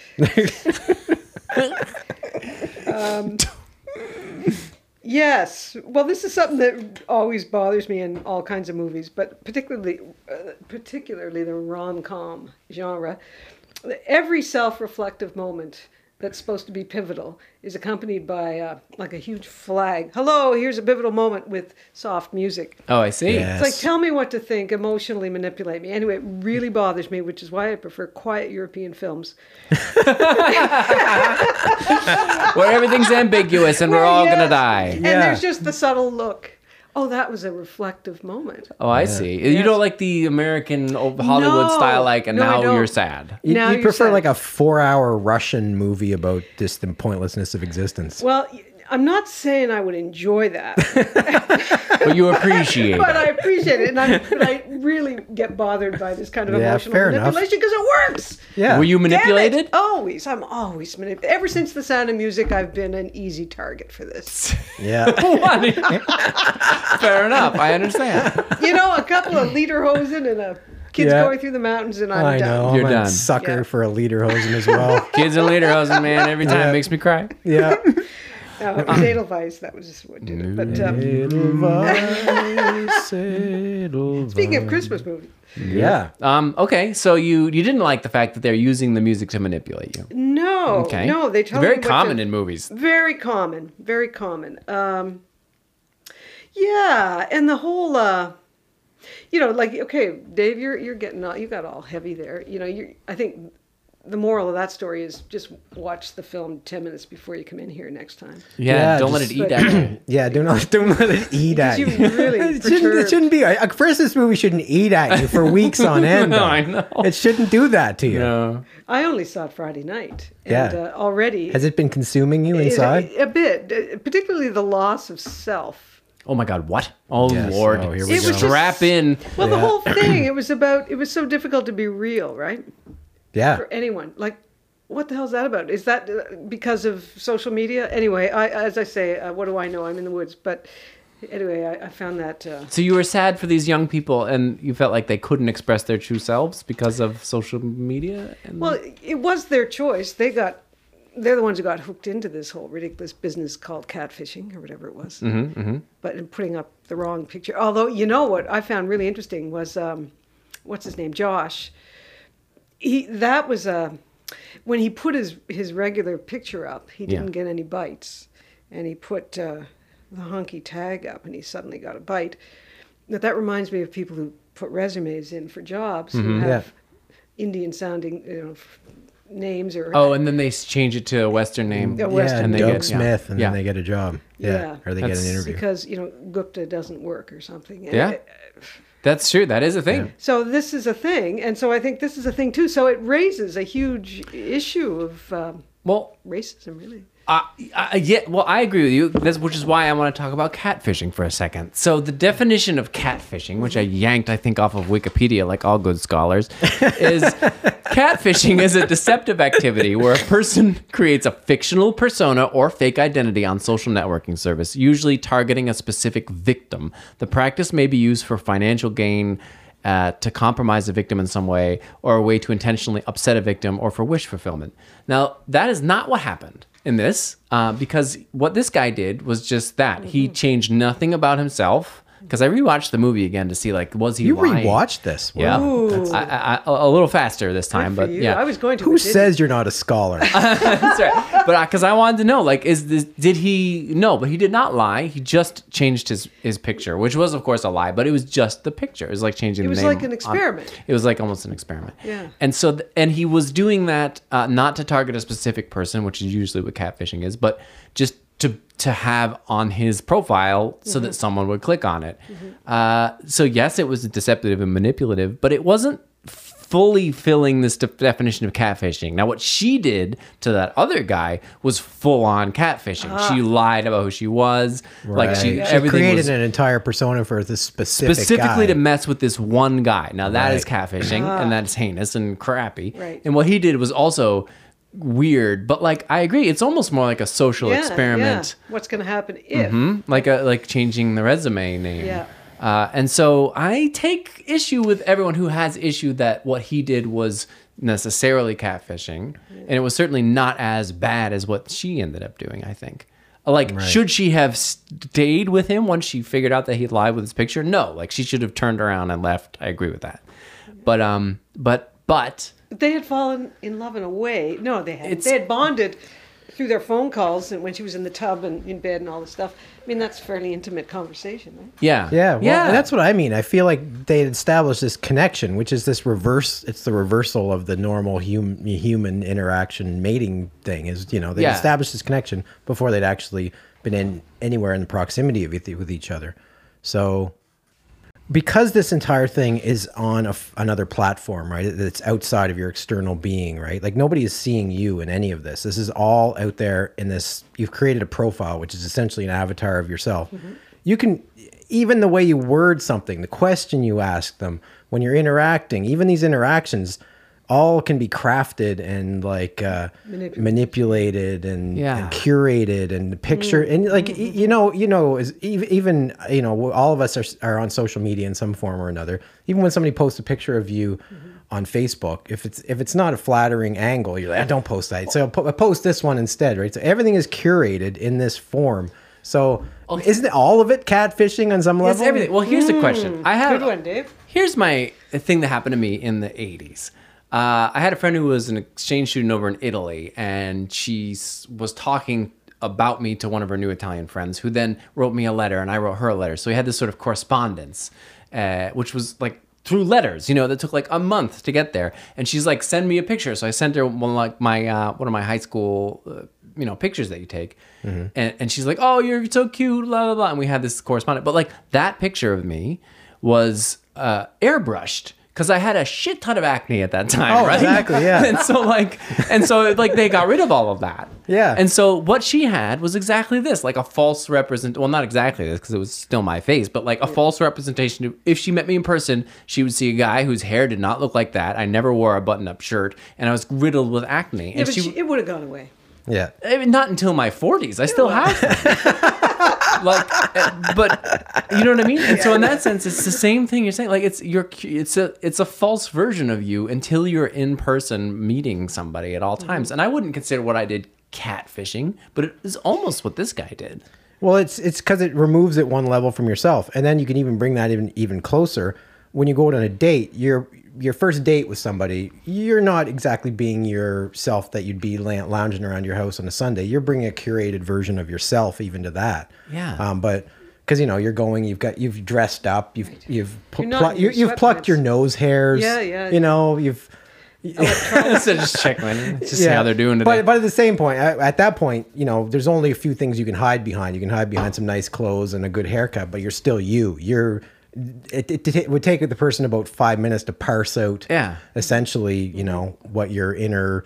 Speaker 3: um, yes. Well, this is something that always bothers me in all kinds of movies, but particularly, uh, particularly the rom-com genre. Every self-reflective moment that's supposed to be pivotal is accompanied by uh, like a huge flag. Hello, here's a pivotal moment with soft music.
Speaker 2: Oh, I see.
Speaker 1: Yeah.
Speaker 3: It's like, tell me what to think, emotionally manipulate me. Anyway, it really bothers me, which is why I prefer quiet European films.
Speaker 2: Where everything's ambiguous and we're
Speaker 3: Well,
Speaker 2: all gonna
Speaker 3: yes,
Speaker 2: die.
Speaker 3: And
Speaker 1: Yeah.
Speaker 3: there's just the subtle look. Oh, that was a reflective moment.
Speaker 2: Oh, I see. You don't like the American old Hollywood
Speaker 3: No.
Speaker 2: style, like, and
Speaker 3: No, I
Speaker 2: now
Speaker 3: don't.
Speaker 2: you're sad.
Speaker 1: You,
Speaker 3: Now
Speaker 1: you
Speaker 3: you're
Speaker 1: prefer
Speaker 3: sad.
Speaker 1: like a four-hour Russian movie about just the pointlessness of existence.
Speaker 3: Well, y- I'm not saying I would enjoy that,
Speaker 2: But you appreciate
Speaker 3: but
Speaker 2: it.
Speaker 3: I appreciate it. And I, but I really get bothered by this kind of
Speaker 1: Yeah,
Speaker 3: emotional
Speaker 1: fair enough.
Speaker 3: manipulation because it works.
Speaker 1: yeah.
Speaker 2: Were you
Speaker 3: Damn it.
Speaker 2: manipulated?
Speaker 3: Always. I'm always manipulated. Ever since The Sound of Music, I've been an easy target for this.
Speaker 1: Yeah.
Speaker 2: Funny. Fair enough. I understand.
Speaker 3: you know, a couple of lederhosen and a kids
Speaker 1: Yeah.
Speaker 3: going through the mountains, and I'm
Speaker 1: I
Speaker 3: done.
Speaker 1: know.
Speaker 2: You're
Speaker 1: I'm
Speaker 2: done.
Speaker 1: a sucker
Speaker 3: Yeah.
Speaker 1: for a Lederhosen as well.
Speaker 2: Kids and lederhosen, man. Every time
Speaker 1: Yeah.
Speaker 2: it makes me cry.
Speaker 1: yeah.
Speaker 3: No, it was Edelweiss. That was what did it. But um, speaking of Christmas movies,
Speaker 1: yeah.
Speaker 2: Um, okay, so you you didn't like the fact that they're using the music to manipulate you.
Speaker 3: no,
Speaker 2: Okay.
Speaker 3: no, they
Speaker 2: It's
Speaker 3: tell
Speaker 2: very
Speaker 3: you what
Speaker 2: common
Speaker 3: to-
Speaker 2: in movies.
Speaker 3: Very common, very common. Um, yeah, and the whole, uh, you know, like okay, Dave, you're you're getting all you got all heavy there. You know, you I think the moral of that story is just watch the film ten minutes before you come in here next time.
Speaker 2: Yeah,
Speaker 1: Yeah,
Speaker 2: don't let it
Speaker 1: just-
Speaker 2: eat at you.
Speaker 1: Yeah, do not do not let it eat at you.
Speaker 3: you really
Speaker 1: it, shouldn't, it
Speaker 3: perturbed.
Speaker 1: shouldn't be. uh, First, this movie shouldn't eat at you for weeks on end.
Speaker 2: No,
Speaker 1: though.
Speaker 2: I know. Uh,
Speaker 1: It shouldn't do that to you.
Speaker 2: No.
Speaker 3: I only saw it Friday night,
Speaker 1: Yeah.
Speaker 3: and uh, already
Speaker 1: Has it been consuming you
Speaker 3: it-
Speaker 1: inside?
Speaker 3: a bit, uh, particularly the loss of self.
Speaker 2: Oh my God, what? Oh
Speaker 1: Yes.
Speaker 2: Lord,
Speaker 1: Oh, here
Speaker 3: we It go. was just-
Speaker 2: strap in.
Speaker 3: Well,
Speaker 1: Yeah.
Speaker 3: the whole thing, it was about, it was so difficult to be real, right?
Speaker 1: yeah.
Speaker 3: For anyone. Like, what the hell's that about? Is that uh, because of social media? Anyway, I, as I say, uh, what do I know? I'm in the woods. But anyway, I, I found that. Uh,
Speaker 2: So you were sad for these young people, and you felt like they couldn't express their true selves because of social media. And
Speaker 3: well, it was their choice. They got, they're the ones who got hooked into this whole ridiculous business called catfishing or whatever it was. Mm-hmm, But in putting up the wrong picture. Although, you know what I found really interesting was, um, what's his name, Josh. He that was a when he put his his regular picture up, he
Speaker 2: Yeah.
Speaker 3: didn't get any bites, and he put uh, the honky tag up, and he suddenly got a bite. But that reminds me of people who put resumes in for jobs who have Indian sounding you know f- names or
Speaker 2: oh, and then they s- change it to a Western name.
Speaker 3: Yeah, Western
Speaker 1: yeah,
Speaker 2: and they
Speaker 1: Doug
Speaker 2: get- yeah.
Speaker 1: Smith, and
Speaker 2: Yeah.
Speaker 1: then they get a job. Yeah,
Speaker 3: Yeah.
Speaker 1: or they get an
Speaker 2: That's-
Speaker 1: interview.
Speaker 3: because you know Gupta doesn't work or something. And
Speaker 2: Yeah. That's true. That is a thing.
Speaker 3: So this is a thing, and so I think this is a thing too. So it raises a huge issue of um,
Speaker 2: Well,
Speaker 3: racism, really.
Speaker 2: I, I, yeah, well, I agree with you, That's which is why I want to talk about catfishing for a second. So, the definition of catfishing, which I yanked, I think, off of Wikipedia, like all good scholars, is catfishing is a deceptive activity where a person creates a fictional persona or fake identity on social networking service, usually targeting a specific victim. The practice may be used for financial gain. Uh, to compromise the victim in some way, or a way to intentionally upset a victim, or for wish fulfillment. Now, that is not what happened. in this uh, because what this guy did was just that. He
Speaker 3: Mm-hmm.
Speaker 2: changed nothing about himself. Because I rewatched the movie again to see like was he
Speaker 1: You
Speaker 2: lying?
Speaker 1: rewatched this one.
Speaker 2: Yeah, I, I, I, a little faster this time,
Speaker 3: Good
Speaker 2: but
Speaker 3: for you.
Speaker 2: yeah,
Speaker 3: I was going to.
Speaker 1: Who
Speaker 3: but didn't.
Speaker 1: says you're not a scholar?
Speaker 2: That's right. But because I wanted to know, like, is this? Did he? No, but he did not lie. He just changed his his picture, which was, of course, a lie. But it was just the picture. It was like changing.
Speaker 3: It
Speaker 2: the
Speaker 3: was
Speaker 2: name
Speaker 3: like an
Speaker 2: on-
Speaker 3: experiment.
Speaker 2: it was like almost an experiment.
Speaker 3: Yeah.
Speaker 2: And so, th- and he was doing that uh, not to target a specific person, which is usually what catfishing is, but just to to have on his profile so that someone would click on it. Uh, so yes, it was deceptive and manipulative, but it wasn't fully filling this de- definition of catfishing. Now, what she did to that other guy was full on catfishing. She lied about who she was. Like she,
Speaker 1: Right.
Speaker 2: everything
Speaker 1: created
Speaker 2: was
Speaker 1: an entire persona for this specific
Speaker 2: specifically
Speaker 1: guy.
Speaker 2: to mess with this one guy. Now that is
Speaker 1: Right.
Speaker 2: catfishing, and that's heinous and crappy.
Speaker 3: Right.
Speaker 2: And what he did was also weird, but like I agree, it's almost more like a social
Speaker 3: Yeah,
Speaker 2: experiment, Mm-hmm.
Speaker 3: yeah. What's going to happen if?
Speaker 2: like a like changing the resume name.
Speaker 3: Yeah.
Speaker 2: Uh, and so I take issue with everyone who has issue that what he did was necessarily catfishing, and it was certainly not as bad as what she ended up doing. I think. Like, should she have stayed with him once she figured out that he lied with his picture? No, like she should have turned around and left. I agree with that. But um, but but
Speaker 3: They had fallen in love in a way. No, they had.
Speaker 2: It's-
Speaker 3: They had bonded through their phone calls and when she was in the tub and in bed and all this stuff. I mean, that's fairly intimate conversation, right?
Speaker 2: yeah,
Speaker 1: Yeah, well,
Speaker 2: yeah.
Speaker 1: That's what I mean. I feel like they established this connection, which is this reverse. It's the reversal of the normal hum, human interaction mating thing. Is you know they
Speaker 2: Yeah.
Speaker 1: established this connection before they'd actually been in anywhere in the proximity of eith- with each other. So because this entire thing is on a f another platform, right? That's outside of your external being, right? Like nobody is seeing you in any of this. This is all out there in this. You've created a profile, which is essentially an avatar of yourself. You can, even the way you word something, the question you ask them, when you're interacting, even these interactions, all can be crafted and like uh, manipulated. and,
Speaker 2: Yeah.
Speaker 1: and curated and the picture and like y- you know you know is ev- even you know all of us are, are on social media in some form or another even when somebody posts a picture of you on facebook if it's if it's not a flattering angle you're like "Ah, don't post that so I'll, po- I'll post this one instead right so everything is curated in this form so isn't all of it catfishing on some
Speaker 2: Oh. It's
Speaker 1: level
Speaker 2: everything. Well, here's the question. I have
Speaker 3: Good one, Dave.
Speaker 2: Here's my the thing that happened to me in the 80s. Uh, I had a friend who was an exchange student over in Italy, and she s- was talking about me to one of her new Italian friends, who then wrote me a letter, and I wrote her a letter. So we had this sort of correspondence, uh, which was like through letters, you know, that took like a month to get there. And she's like, "Send me a picture." So I sent her one like my uh, one of my high school, uh, you know, pictures that you take, and, and she's like, "Oh, you're so cute," blah blah blah. And we had this correspondence, but like that picture of me was uh, airbrushed because I had a shit ton of acne at that time.
Speaker 1: Oh,
Speaker 2: right?
Speaker 1: exactly, yeah.
Speaker 2: and so like, and so like they got rid of all of that.
Speaker 1: Yeah.
Speaker 2: And so what she had was exactly this, like a false represent. Well, not exactly this because it was still my face, but like a false representation. Of, if she met me in person, she would see a guy whose hair did not look like that. I never wore a button-up shirt, and I was riddled with acne.
Speaker 3: Yeah,
Speaker 2: and
Speaker 3: but she, it would have gone away.
Speaker 1: yeah
Speaker 2: I mean, not until my 40s. I still have them. like, uh, but you know what I mean. And so in that sense, it's the same thing you're saying. Like it's you're cu- it's a it's a false version of you until you're in person meeting somebody at all times. And I wouldn't consider what I did catfishing, but it is almost what this guy did.
Speaker 1: Well, it's it's because it removes it one level from yourself, and then you can even bring that even even closer when you go out on a date. Your your first date with somebody, you're not exactly being yourself that you'd be la- lounging around your house on a Sunday. You're bringing a curated version of yourself even to that.
Speaker 2: Yeah.
Speaker 1: Um, but because you know you're going, you've got you've dressed up, you've you've pu-
Speaker 3: You're not
Speaker 1: pluck-
Speaker 3: in your
Speaker 1: you, have plucked your
Speaker 3: sweatpants.
Speaker 1: nose hairs.
Speaker 3: Yeah, yeah.
Speaker 1: You know you've
Speaker 2: so just check in, just see how they're doing today.
Speaker 1: but, but at the same point, at, at that point, you know, there's only a few things you can hide behind. You can hide behind some nice clothes and a good haircut, but you're still you. You're. It, it, it would take the person about five minutes to parse out,
Speaker 2: Yeah.
Speaker 1: essentially, you know, what your inner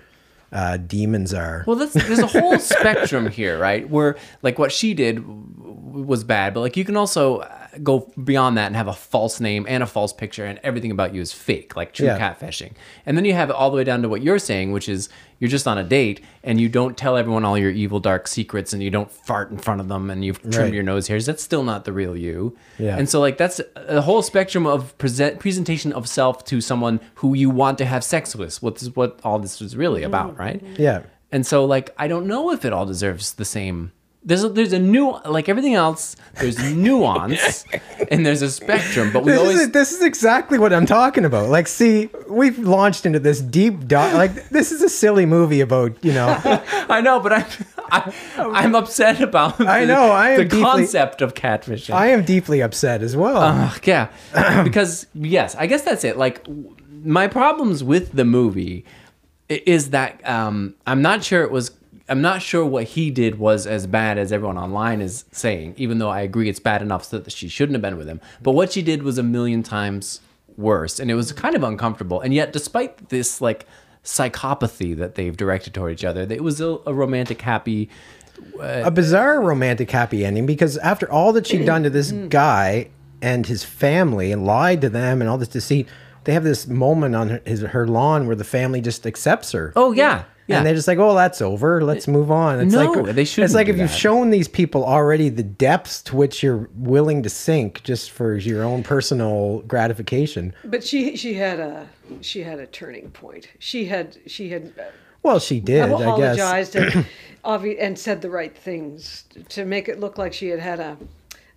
Speaker 1: uh, demons are.
Speaker 2: Well, that's, there's a whole spectrum here, right? Where like what she did w- w- was bad, but like you can also uh, go beyond that and have a false name and a false picture, and everything about you is fake, like true
Speaker 1: Yeah.
Speaker 2: catfishing. And then you have it all the way down to what you're saying, which is you're just on a date and you don't tell everyone all your evil dark secrets, and you don't fart in front of them, and you've trimmed
Speaker 1: Right.
Speaker 2: your nose hairs. That's still not the real you.
Speaker 1: Yeah.
Speaker 2: And so like that's a whole spectrum of present presentation of self to someone who you want to have sex with. What is what all this is really about, right?
Speaker 1: yeah.
Speaker 2: And so like I don't know if it all deserves the same. There's a, there's a new like everything else. There's nuance and there's a spectrum, but we
Speaker 1: This,
Speaker 2: always
Speaker 1: is, this is exactly what I'm talking about. Like, see, we've launched into this deep dive. Like, this is a silly movie about, you know,
Speaker 2: I know, but I'm I, I'm upset about.
Speaker 1: I
Speaker 2: the-
Speaker 1: know, I am
Speaker 2: the
Speaker 1: deeply-
Speaker 2: concept of catfishing.
Speaker 1: I am deeply upset as well.
Speaker 2: Ugh, yeah, because yes, I guess that's it. Like w- my problems with the movie i- is that um, I'm not sure it was. I'm not sure what he did was as bad as everyone online is saying. Even though I agree it's bad enough so that she shouldn't have been with him, but what she did was a million times worse, and it was kind of uncomfortable. And yet, despite this like psychopathy that they've directed toward each other, it was a, a romantic, happy.
Speaker 1: a bizarre romantic happy ending because after all that she'd done to this
Speaker 2: Mm.
Speaker 1: guy and his family and lied to them and all this deceit, they have this moment on her, his, her lawn where the family just accepts her.
Speaker 2: Oh yeah, yeah. Uh,
Speaker 1: And they're just like, oh, that's over. Let's move on. It's
Speaker 2: No,
Speaker 1: like
Speaker 2: they
Speaker 1: It's
Speaker 2: shouldn't
Speaker 1: like
Speaker 2: do
Speaker 1: if you've
Speaker 2: that.
Speaker 1: shown these people already the depths to which you're willing to sink just for your own personal gratification.
Speaker 3: But she she had a she had a turning point. She had she had uh,
Speaker 1: Well, she did, I guess.
Speaker 3: apologized and obvi- and said the right things to make it look like she had had a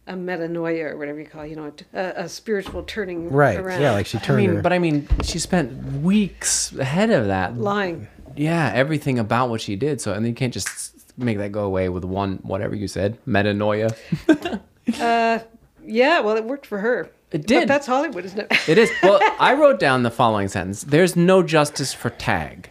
Speaker 3: a metanoia or whatever you call it, you know a, a spiritual turning
Speaker 1: Right.
Speaker 3: around.
Speaker 1: Yeah, like she
Speaker 2: I
Speaker 1: turned
Speaker 2: mean,
Speaker 1: her.
Speaker 2: but I mean, she spent weeks ahead of that
Speaker 3: lying.
Speaker 2: yeah, everything about what she did. So, and you can't just make that go away with one whatever you said, metanoia.
Speaker 3: Yeah, well, it worked for her.
Speaker 2: It
Speaker 3: But
Speaker 2: did.
Speaker 3: that's Hollywood, isn't it?
Speaker 2: It is. Well, I wrote down the following sentence: "There's no justice for Tag."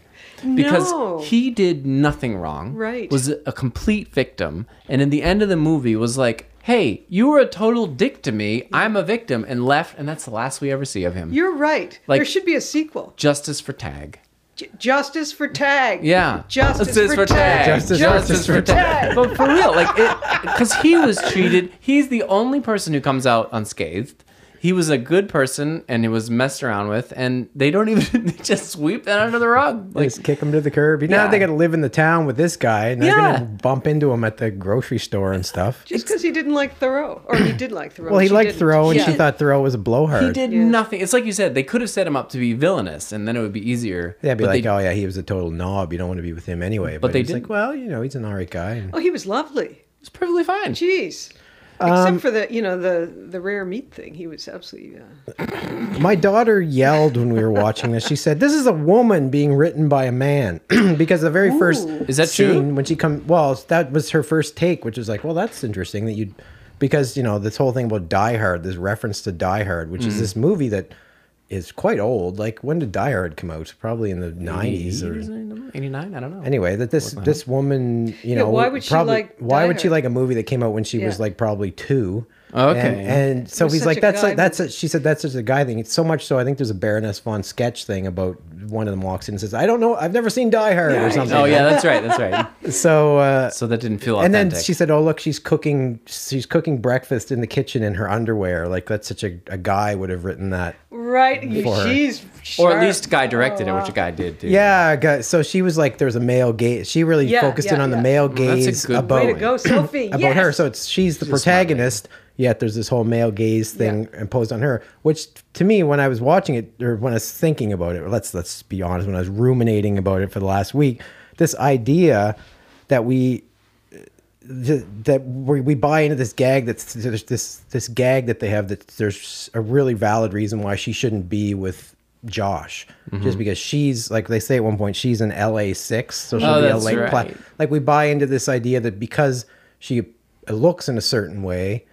Speaker 2: Because
Speaker 3: No.
Speaker 2: he did nothing wrong.
Speaker 3: Right.
Speaker 2: Was a complete victim. And in the end of the movie was like, hey, you were a total dick to me. I'm a victim. And left. And that's the last we ever see of him.
Speaker 3: You're right.
Speaker 2: Like-
Speaker 3: there should be a sequel.
Speaker 2: justice for Tag.
Speaker 3: J- Justice for Tag.
Speaker 2: Yeah.
Speaker 3: Justice, for, Tag.
Speaker 1: Justice for
Speaker 2: Tag. But for real, like, because he was treated, he's the only person who comes out unscathed. He was a good person and he was messed around with, and they don't even they just sweep that under the rug. Like,
Speaker 1: just kick him to the curb. Now
Speaker 2: Yeah.
Speaker 1: they got to live in the town with this guy, and they're
Speaker 2: Yeah.
Speaker 1: gonna bump into him at the grocery store and stuff.
Speaker 3: Just because he didn't like Thoreau, or he did like Thoreau.
Speaker 1: Well, he
Speaker 3: she
Speaker 1: liked
Speaker 3: didn't.
Speaker 1: Thoreau, and
Speaker 3: Yeah.
Speaker 1: she thought Thoreau was a blowhard.
Speaker 2: he did nothing. It's like you said, they could have set him up to be villainous, and then it would be easier.
Speaker 1: They'd be
Speaker 2: But
Speaker 1: like,
Speaker 2: they-
Speaker 1: "Oh yeah, he was a total knob. You don't want to be with him anyway." But,
Speaker 2: they
Speaker 1: it's like,
Speaker 2: didn't.
Speaker 1: "Well, you know, he's an alright guy." And
Speaker 3: Oh, he was lovely.
Speaker 1: uh,
Speaker 2: it's perfectly fine.
Speaker 3: Jeez.
Speaker 1: Um,
Speaker 3: Except for the, you know, the the rare meat thing, he was absolutely. Uh,
Speaker 1: My daughter yelled when we were watching this. She said, "This is a woman being written by a man," because the very first
Speaker 3: Ooh.
Speaker 2: Is that
Speaker 1: scene
Speaker 2: true?
Speaker 1: when she come, well, that was her first take, which was like, "Well, that's interesting that you," because you know this whole thing about Die Hard, this reference to Die Hard, which is
Speaker 2: Mm.
Speaker 1: this movie that is quite old. Like, when did Die Hard come out? Probably in the nineties or
Speaker 2: 89? I don't know.
Speaker 1: anyway that this this woman you know
Speaker 3: why would she
Speaker 1: probably-
Speaker 3: like
Speaker 1: why
Speaker 3: Die
Speaker 1: would she
Speaker 3: Hard?
Speaker 1: like a movie that came out when she was
Speaker 3: Yeah.
Speaker 1: like probably two
Speaker 2: Okay.
Speaker 1: and, and so
Speaker 3: was
Speaker 1: he's
Speaker 3: such
Speaker 1: like
Speaker 3: a
Speaker 1: that's
Speaker 3: guy
Speaker 1: a, that's a, she said that's just a guy thing it's so much so i think there's a baroness von sketch thing about one of them walks in and says i don't know i've never seen die hard or something
Speaker 2: Oh, yeah, that's right. That's right.
Speaker 1: so uh
Speaker 2: So that didn't feel authentic.
Speaker 1: and then she said, "Oh look, she's cooking. She's cooking breakfast in the kitchen in her underwear. Like that's such a, a guy would have written that.
Speaker 3: right. you-
Speaker 1: For her.
Speaker 3: She's.
Speaker 2: or
Speaker 3: sharp.
Speaker 2: at least Guy directed it, which a guy did, too.
Speaker 1: Yeah, guy- so she was like, there's a male gaze. She really
Speaker 3: Yeah,
Speaker 1: focused in
Speaker 3: yeah,
Speaker 1: on the
Speaker 3: yeah.
Speaker 1: male
Speaker 2: that's a
Speaker 1: gaze
Speaker 2: good
Speaker 1: about
Speaker 2: point.
Speaker 3: Way to go, Sophie.
Speaker 1: about
Speaker 3: yes.
Speaker 1: her. So it's she's the protagonist. Yet there's this whole male gaze thing imposed on her, which to me, when I was watching it or when I was thinking about it, let's let's be honest, when I was ruminating about it for the last week, this idea that we th- that we, we buy into this gag that's there's this this gag that they have that there's a really valid reason why she shouldn't be with Josh
Speaker 2: Mm-hmm.
Speaker 1: just because she's like they say at one point she's an LA six so she'll
Speaker 2: Oh,
Speaker 1: be a
Speaker 2: that's
Speaker 1: late pla-
Speaker 2: right.
Speaker 1: like we buy into this idea that because she looks in a certain way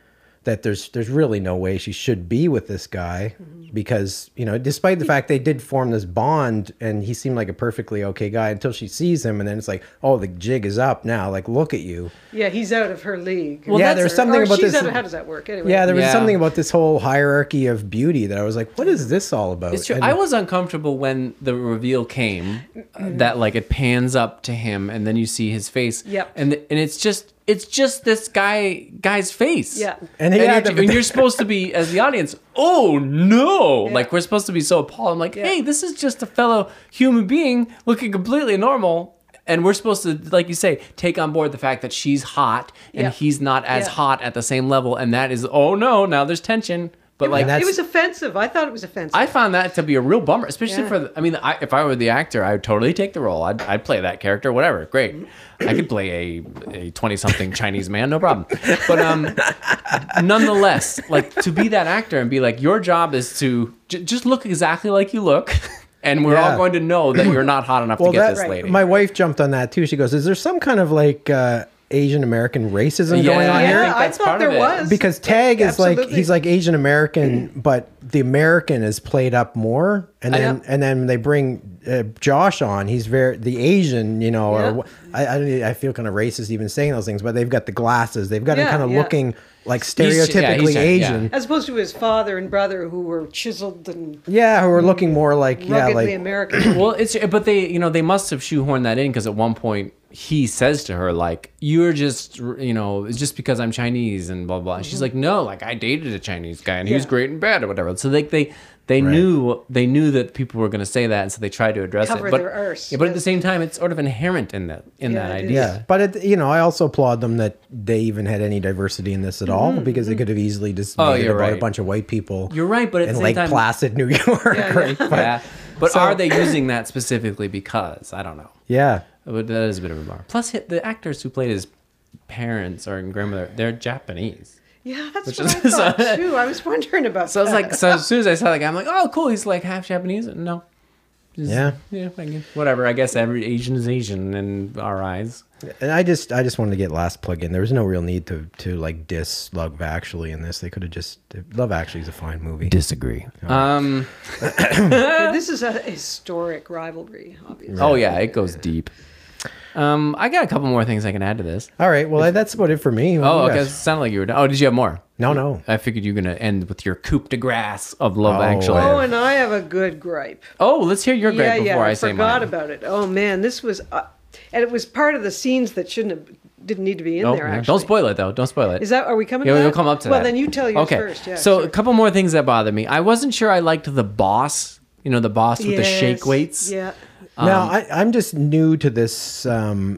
Speaker 1: that there's there's really no way she should be with this guy
Speaker 2: Mm-hmm.
Speaker 1: because you know despite the fact they did form this bond and he seemed like a perfectly okay guy until she sees him and then it's like oh the jig is up now like look at you
Speaker 3: Yeah, he's out of her league.
Speaker 1: Well, Yeah, that's- there's something
Speaker 3: or
Speaker 1: about
Speaker 3: she's
Speaker 1: this-
Speaker 3: Out of, how does that work anyway?
Speaker 1: yeah there was
Speaker 2: Yeah.
Speaker 1: something about this whole hierarchy of beauty that i was like what is this all about
Speaker 2: It's true.
Speaker 1: And-
Speaker 2: I was uncomfortable when the reveal came uh,
Speaker 3: Mm-hmm.
Speaker 2: that like it pans up to him and then you see his face.
Speaker 3: Yep.
Speaker 2: And th- and it's just it's just this guy guy's face.
Speaker 3: Yeah.
Speaker 1: And
Speaker 2: And,
Speaker 1: he had
Speaker 2: you're,
Speaker 1: the-
Speaker 2: and you're supposed to be as the audience. Oh no!
Speaker 3: Yeah.
Speaker 2: Like we're supposed to be so appalled. I'm like, hey, this is just a fellow human being looking completely normal. And we're supposed to, like you say, take on board the fact that she's hot and
Speaker 3: Yeah.
Speaker 2: he's not as
Speaker 3: Yeah.
Speaker 2: hot at the same level. And that is, oh no, now there's tension. But like
Speaker 1: And that's-
Speaker 3: it was offensive. I thought it was offensive.
Speaker 2: I found that to be a real bummer, especially
Speaker 3: Yeah.
Speaker 2: for. The, I mean, I, if I were the actor, I would totally take the role. I'd, I'd play that character, whatever. Great, I could play a a twenty something Chinese man, no problem. But um, nonetheless, like to be that actor and be like, your job is to j- just look exactly like you look, and we're
Speaker 1: Yeah.
Speaker 2: all going to know that you're not hot enough
Speaker 1: Well,
Speaker 2: to get
Speaker 1: that,
Speaker 2: this lady.
Speaker 1: my wife jumped on that too. She goes, "Is there some kind of like uh, Asian American racism
Speaker 2: Yeah.
Speaker 1: going on
Speaker 2: I
Speaker 3: yeah,
Speaker 1: here?"
Speaker 2: think
Speaker 3: I,
Speaker 2: that's
Speaker 3: thought
Speaker 2: part of
Speaker 3: there
Speaker 2: it.
Speaker 3: was
Speaker 1: because Tag is like
Speaker 3: Absolutely.
Speaker 1: he's like Asian American, but the American is played up more, and
Speaker 2: I
Speaker 1: then
Speaker 2: know.
Speaker 1: and then they bring uh, Josh on. He's very the Asian, you know.
Speaker 3: Yeah.
Speaker 1: Or wh- I, I don't- I feel kind of racist even saying those things, but they've got the glasses. They've got him
Speaker 3: Yeah,
Speaker 1: kind of
Speaker 3: yeah.
Speaker 1: looking like
Speaker 2: yeah, he's
Speaker 1: stereotypically
Speaker 2: Chinese,
Speaker 1: Asian.
Speaker 2: yeah.
Speaker 1: Yeah.
Speaker 3: as opposed to his father and brother who were chiseled and
Speaker 1: who are looking more like yeah,
Speaker 3: ruggedly
Speaker 1: like
Speaker 3: American.
Speaker 2: well, it's but they you know they must have shoehorned that in because at one point he says to her like you're just you know it's just because I'm Chinese and blah blah. And she's like no, like I dated a Chinese guy and he was
Speaker 3: Yeah.
Speaker 2: great and bad or whatever. So like they they
Speaker 1: Right.
Speaker 2: knew they knew that people were going to say that and so they tried to address
Speaker 3: Cover
Speaker 2: it. But
Speaker 3: their arse,
Speaker 2: yeah, but at
Speaker 3: yeah.
Speaker 2: the same time it's sort of inherent in that in
Speaker 3: Yeah,
Speaker 2: that
Speaker 3: it
Speaker 2: idea.
Speaker 3: is.
Speaker 1: yeah. But it, you know, I also applaud them that they even had any diversity in this at all because they could have easily just
Speaker 2: Mm-hmm. Oh,
Speaker 1: made it
Speaker 2: you're
Speaker 1: about a
Speaker 2: right.
Speaker 1: bunch of white people.
Speaker 2: You're right, but at
Speaker 1: in
Speaker 2: the same
Speaker 1: Lake
Speaker 2: time-
Speaker 1: Placid, New York.
Speaker 3: Yeah,
Speaker 1: right?
Speaker 3: yeah.
Speaker 1: But-
Speaker 2: Yeah. But
Speaker 1: So-
Speaker 2: are they using that specifically because I don't know.
Speaker 1: yeah.
Speaker 2: But that is a bit of a bar. Plus, hi- the actors who played his parents or grandmother, they're Japanese.
Speaker 3: yeah, that's
Speaker 2: Which
Speaker 3: what I
Speaker 2: is-
Speaker 3: thought too. I was wondering about
Speaker 2: So I was
Speaker 3: that.
Speaker 2: like, so as soon as I saw the guy, I'm like, oh, cool. He's like half Japanese. No. Just-
Speaker 1: Yeah.
Speaker 2: Yeah. I guess- Whatever. I guess every Asian is Asian in our eyes.
Speaker 1: And I just I just wanted to get last plug in. There was no real need to to like diss Love Actually in this. They could have just Love Actually is a fine movie.
Speaker 2: Disagree. Um.
Speaker 3: Yeah, this is a historic rivalry, obviously.
Speaker 2: Oh yeah, it goes deep. Um. I got a couple more things I can add to this.
Speaker 1: All right, well that's about it for me. What
Speaker 2: Oh,
Speaker 1: do you
Speaker 2: okay. It
Speaker 1: guys-
Speaker 2: sounded like you were. Done. Oh, did you have more?
Speaker 1: No, no.
Speaker 2: I figured you were gonna end with your coup de grace of love.
Speaker 1: Oh,
Speaker 2: actually.
Speaker 1: yeah.
Speaker 3: Oh, and I have a good gripe.
Speaker 2: Oh, let's hear your
Speaker 3: yeah,
Speaker 2: grade
Speaker 3: yeah,
Speaker 2: before I, say
Speaker 3: forgot
Speaker 2: mine.
Speaker 3: about it. Oh man, this was, uh, and it was part of the scenes that shouldn't have, didn't need to be in
Speaker 2: Oh,
Speaker 3: there.
Speaker 2: yeah.
Speaker 3: Actually,
Speaker 2: Don't spoil it though. Don't spoil it.
Speaker 3: Is that are we coming?
Speaker 2: Yeah,
Speaker 3: to
Speaker 2: we'll
Speaker 3: that?
Speaker 2: come up to
Speaker 3: well,
Speaker 2: that.
Speaker 3: then you tell yours first. Yeah.
Speaker 2: so
Speaker 3: sure.
Speaker 2: a couple more things that bother me. I wasn't sure I liked the boss. You know, the boss with the shake
Speaker 3: Yes,
Speaker 2: weights.
Speaker 3: Yeah.
Speaker 1: now
Speaker 2: Um,
Speaker 1: I, I'm just new to this um,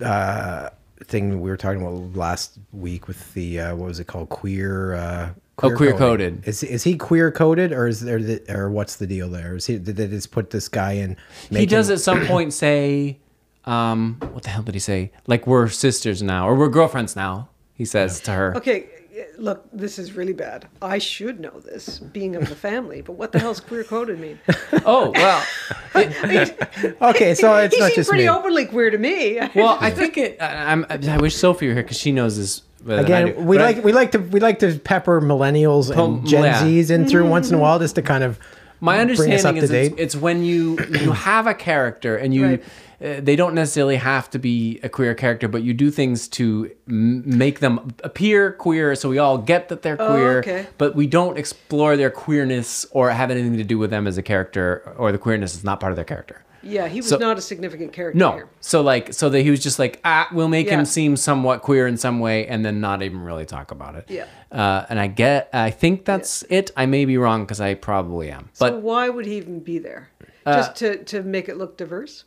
Speaker 1: uh, thing we were talking about last week with the uh, what was it called queer. Uh,
Speaker 2: Oh, queer
Speaker 1: coding.
Speaker 2: coded.
Speaker 1: Is is he queer coded or is there the, or what's the deal there? Is he did they just put this guy in?
Speaker 2: He does at some point say, um, "What the hell did he say? Like we're sisters now, or we're girlfriends now." He says to her.
Speaker 3: Okay. Look, this is really bad. I should know this, being of the family, but what the hell's queer coded mean?
Speaker 2: Oh well.
Speaker 1: Okay, so it's
Speaker 3: he
Speaker 1: not
Speaker 3: seemed
Speaker 1: just
Speaker 3: pretty
Speaker 1: me.
Speaker 3: openly queer to me.
Speaker 2: Well, I think it. I, I'm, I wish Sophie were here because she knows this. better than I do.
Speaker 1: Again, we
Speaker 2: But I-
Speaker 1: like we like to we like to pepper millennials
Speaker 2: Pum-
Speaker 1: and Gen
Speaker 2: yeah. Mm-hmm.
Speaker 1: Zs in through once in a while just to kind of
Speaker 2: My
Speaker 1: bring us up
Speaker 2: understanding
Speaker 1: to
Speaker 2: is it's,
Speaker 1: date.
Speaker 2: it's when you you have a character and you
Speaker 3: Right.
Speaker 2: uh, they don't necessarily have to be a queer character, but you do things to m- make them appear queer, so we all get that they're queer,
Speaker 3: Oh, okay.
Speaker 2: but we don't explore their queerness or have anything to do with them as a character, or the queerness is not part of their character.
Speaker 3: yeah, he was
Speaker 2: So-
Speaker 3: not a significant character.
Speaker 2: No,
Speaker 3: here.
Speaker 2: so like so that he was just like ah, we'll make
Speaker 3: Yeah.
Speaker 2: him seem somewhat queer in some way, and then not even really talk about it.
Speaker 3: Yeah.
Speaker 2: uh, and I get I think that's it. I may be wrong because I probably am, but Uh,
Speaker 3: so why would he even be there? Just to, to make it look diverse?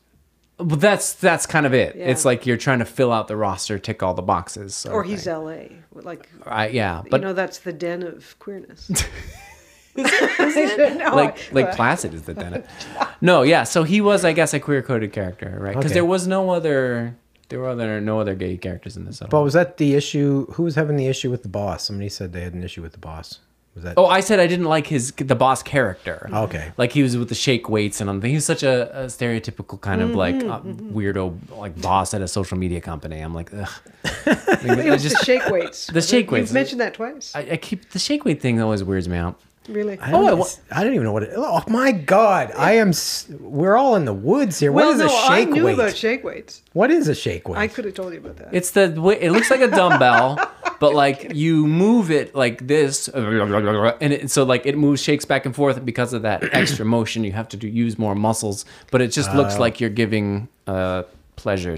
Speaker 2: Well, that's that's kind of it.
Speaker 3: Yeah.
Speaker 2: It's like you're trying to fill out the roster, tick all the boxes. sort
Speaker 3: Or
Speaker 2: of
Speaker 3: he's
Speaker 2: thing.
Speaker 3: LA. Like,
Speaker 2: Right, yeah, but
Speaker 3: you know, that's the den of queerness. No,
Speaker 2: like
Speaker 3: I-
Speaker 2: Lake Placid is the Dennis. no, yeah. So he was, I guess, a queer coded character, right? Because
Speaker 1: Okay.
Speaker 2: there was no other, there were other no other gay characters in this. At
Speaker 1: But
Speaker 2: all.
Speaker 1: was that the issue? Who was having the issue with the boss? Somebody said they had an issue with the boss. Was that?
Speaker 2: Oh, I said I didn't like his the boss character.
Speaker 1: Okay.
Speaker 2: like he was with the shake weights and all He was such a, a stereotypical kind of like
Speaker 3: Mm-hmm,
Speaker 2: uh, weirdo like boss at a social media company. I'm like, ugh. Like,
Speaker 3: It
Speaker 2: I
Speaker 3: was the
Speaker 2: just
Speaker 3: shake weights.
Speaker 2: The shake weights.
Speaker 3: You've mentioned that twice.
Speaker 2: I, I keep the shake weight thing always weirds me out.
Speaker 3: really?
Speaker 1: I don't,
Speaker 2: oh, I
Speaker 1: know. I don't even know what it. Oh my God! I am. s- We're all in the woods here.
Speaker 3: well,
Speaker 1: what is
Speaker 3: no,
Speaker 1: a
Speaker 3: I
Speaker 1: shake
Speaker 3: knew
Speaker 1: weight?
Speaker 3: about shake weights.
Speaker 1: what is a shake weight?
Speaker 3: I could have told you about that.
Speaker 2: It's the way it looks like a dumbbell, but like you move it like this, and it, so like it moves, shakes back and forth and because of that extra motion. You have to do, use more muscles, but it just looks like you're giving uh, pleasure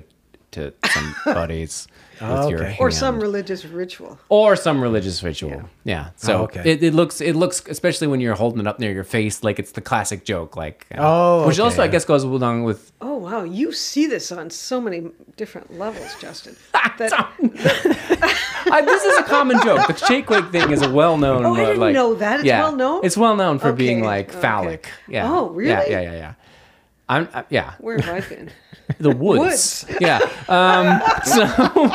Speaker 2: to somebody's with your
Speaker 1: Okay.
Speaker 2: hand.
Speaker 3: or some religious ritual.
Speaker 2: or some religious ritual. Yeah, so
Speaker 1: Oh, okay.
Speaker 2: it, it looks it looks especially when you're holding it up near your face, like it's the classic joke, like uh,
Speaker 1: Oh,
Speaker 2: which
Speaker 1: okay,
Speaker 2: also I
Speaker 1: yeah.
Speaker 2: guess goes along with
Speaker 3: Oh, wow. You see this on so many different levels, Justin.
Speaker 2: Tom. I, this is a common joke. The shake weight thing is a well known.
Speaker 3: Oh, I didn't
Speaker 2: like,
Speaker 3: know that. It's
Speaker 2: yeah.
Speaker 3: well-known?
Speaker 2: It's well known for being
Speaker 3: Okay,
Speaker 2: like
Speaker 3: okay.
Speaker 2: phallic. Yeah.
Speaker 3: Oh,
Speaker 2: Yeah,
Speaker 3: really?
Speaker 2: yeah, yeah, yeah. I'm I, yeah.
Speaker 3: Where have I been?
Speaker 2: The woods. Yeah. Um, so,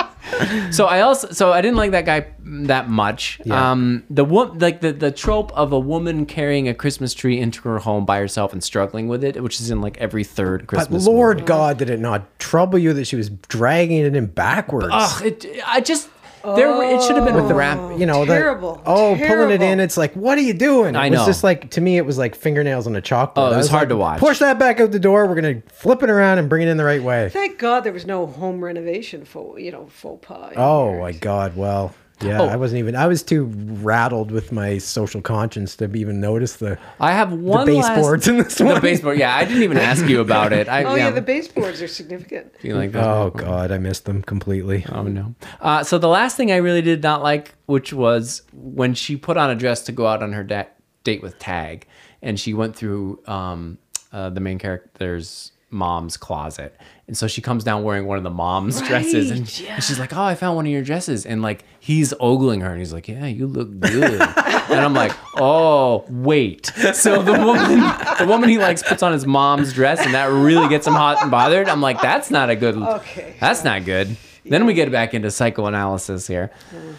Speaker 2: so I also so I didn't like that guy that much.
Speaker 1: Yeah.
Speaker 2: Um, the wo- like the the trope of a woman carrying a Christmas tree into her home by herself and struggling with it, which is in like every third
Speaker 1: But
Speaker 2: Christmas.
Speaker 1: Lord God, did it not trouble you that she was dragging it in backwards?
Speaker 2: Ugh, it, I just there were it should have been
Speaker 3: Oh.
Speaker 1: With the
Speaker 2: wrap.
Speaker 1: wrap, you know, the-
Speaker 3: Terrible,
Speaker 1: oh, pulling it
Speaker 3: terrible.
Speaker 1: in, it's like, what are you doing?
Speaker 2: I
Speaker 1: It was
Speaker 2: know. Oh,
Speaker 1: just like to me, it was like fingernails on a chalkboard.
Speaker 2: it
Speaker 1: I
Speaker 2: was
Speaker 1: like,
Speaker 2: hard to watch.
Speaker 1: Push that back out the door. We're gonna flip it around and bring it in the right way.
Speaker 3: Thank God there was no home renovation for you know faux pas. in
Speaker 1: Oh
Speaker 3: there.
Speaker 1: my God! Well, yeah,
Speaker 2: Oh.
Speaker 1: I wasn't even. I was too rattled with my social conscience to even notice the
Speaker 2: I have
Speaker 1: the
Speaker 2: one last-
Speaker 1: baseboards in this
Speaker 2: the
Speaker 1: one.
Speaker 2: baseboard. Yeah, I didn't even ask you about it. I,
Speaker 3: Oh yeah, the baseboards are significant.
Speaker 2: being like that.
Speaker 1: Oh God, I missed them completely.
Speaker 2: Oh no. Uh, so the last thing I really did not like, which was when she put on a dress to go out on her da- date with Tag, and she went through um, uh, the main character's mom's closet, and so she comes down wearing one of the mom's dresses, and,
Speaker 3: Right,
Speaker 2: and she's like, "Oh, I found one of your dresses," and like he's ogling her, and he's like, "Yeah, you look good," and I'm like, "Oh, wait." So the woman, the woman he likes, puts on his mom's dress, and that really gets him hot and bothered. I'm like, "That's not a good."
Speaker 3: Okay.
Speaker 2: That's not good. Then we get back into psychoanalysis here.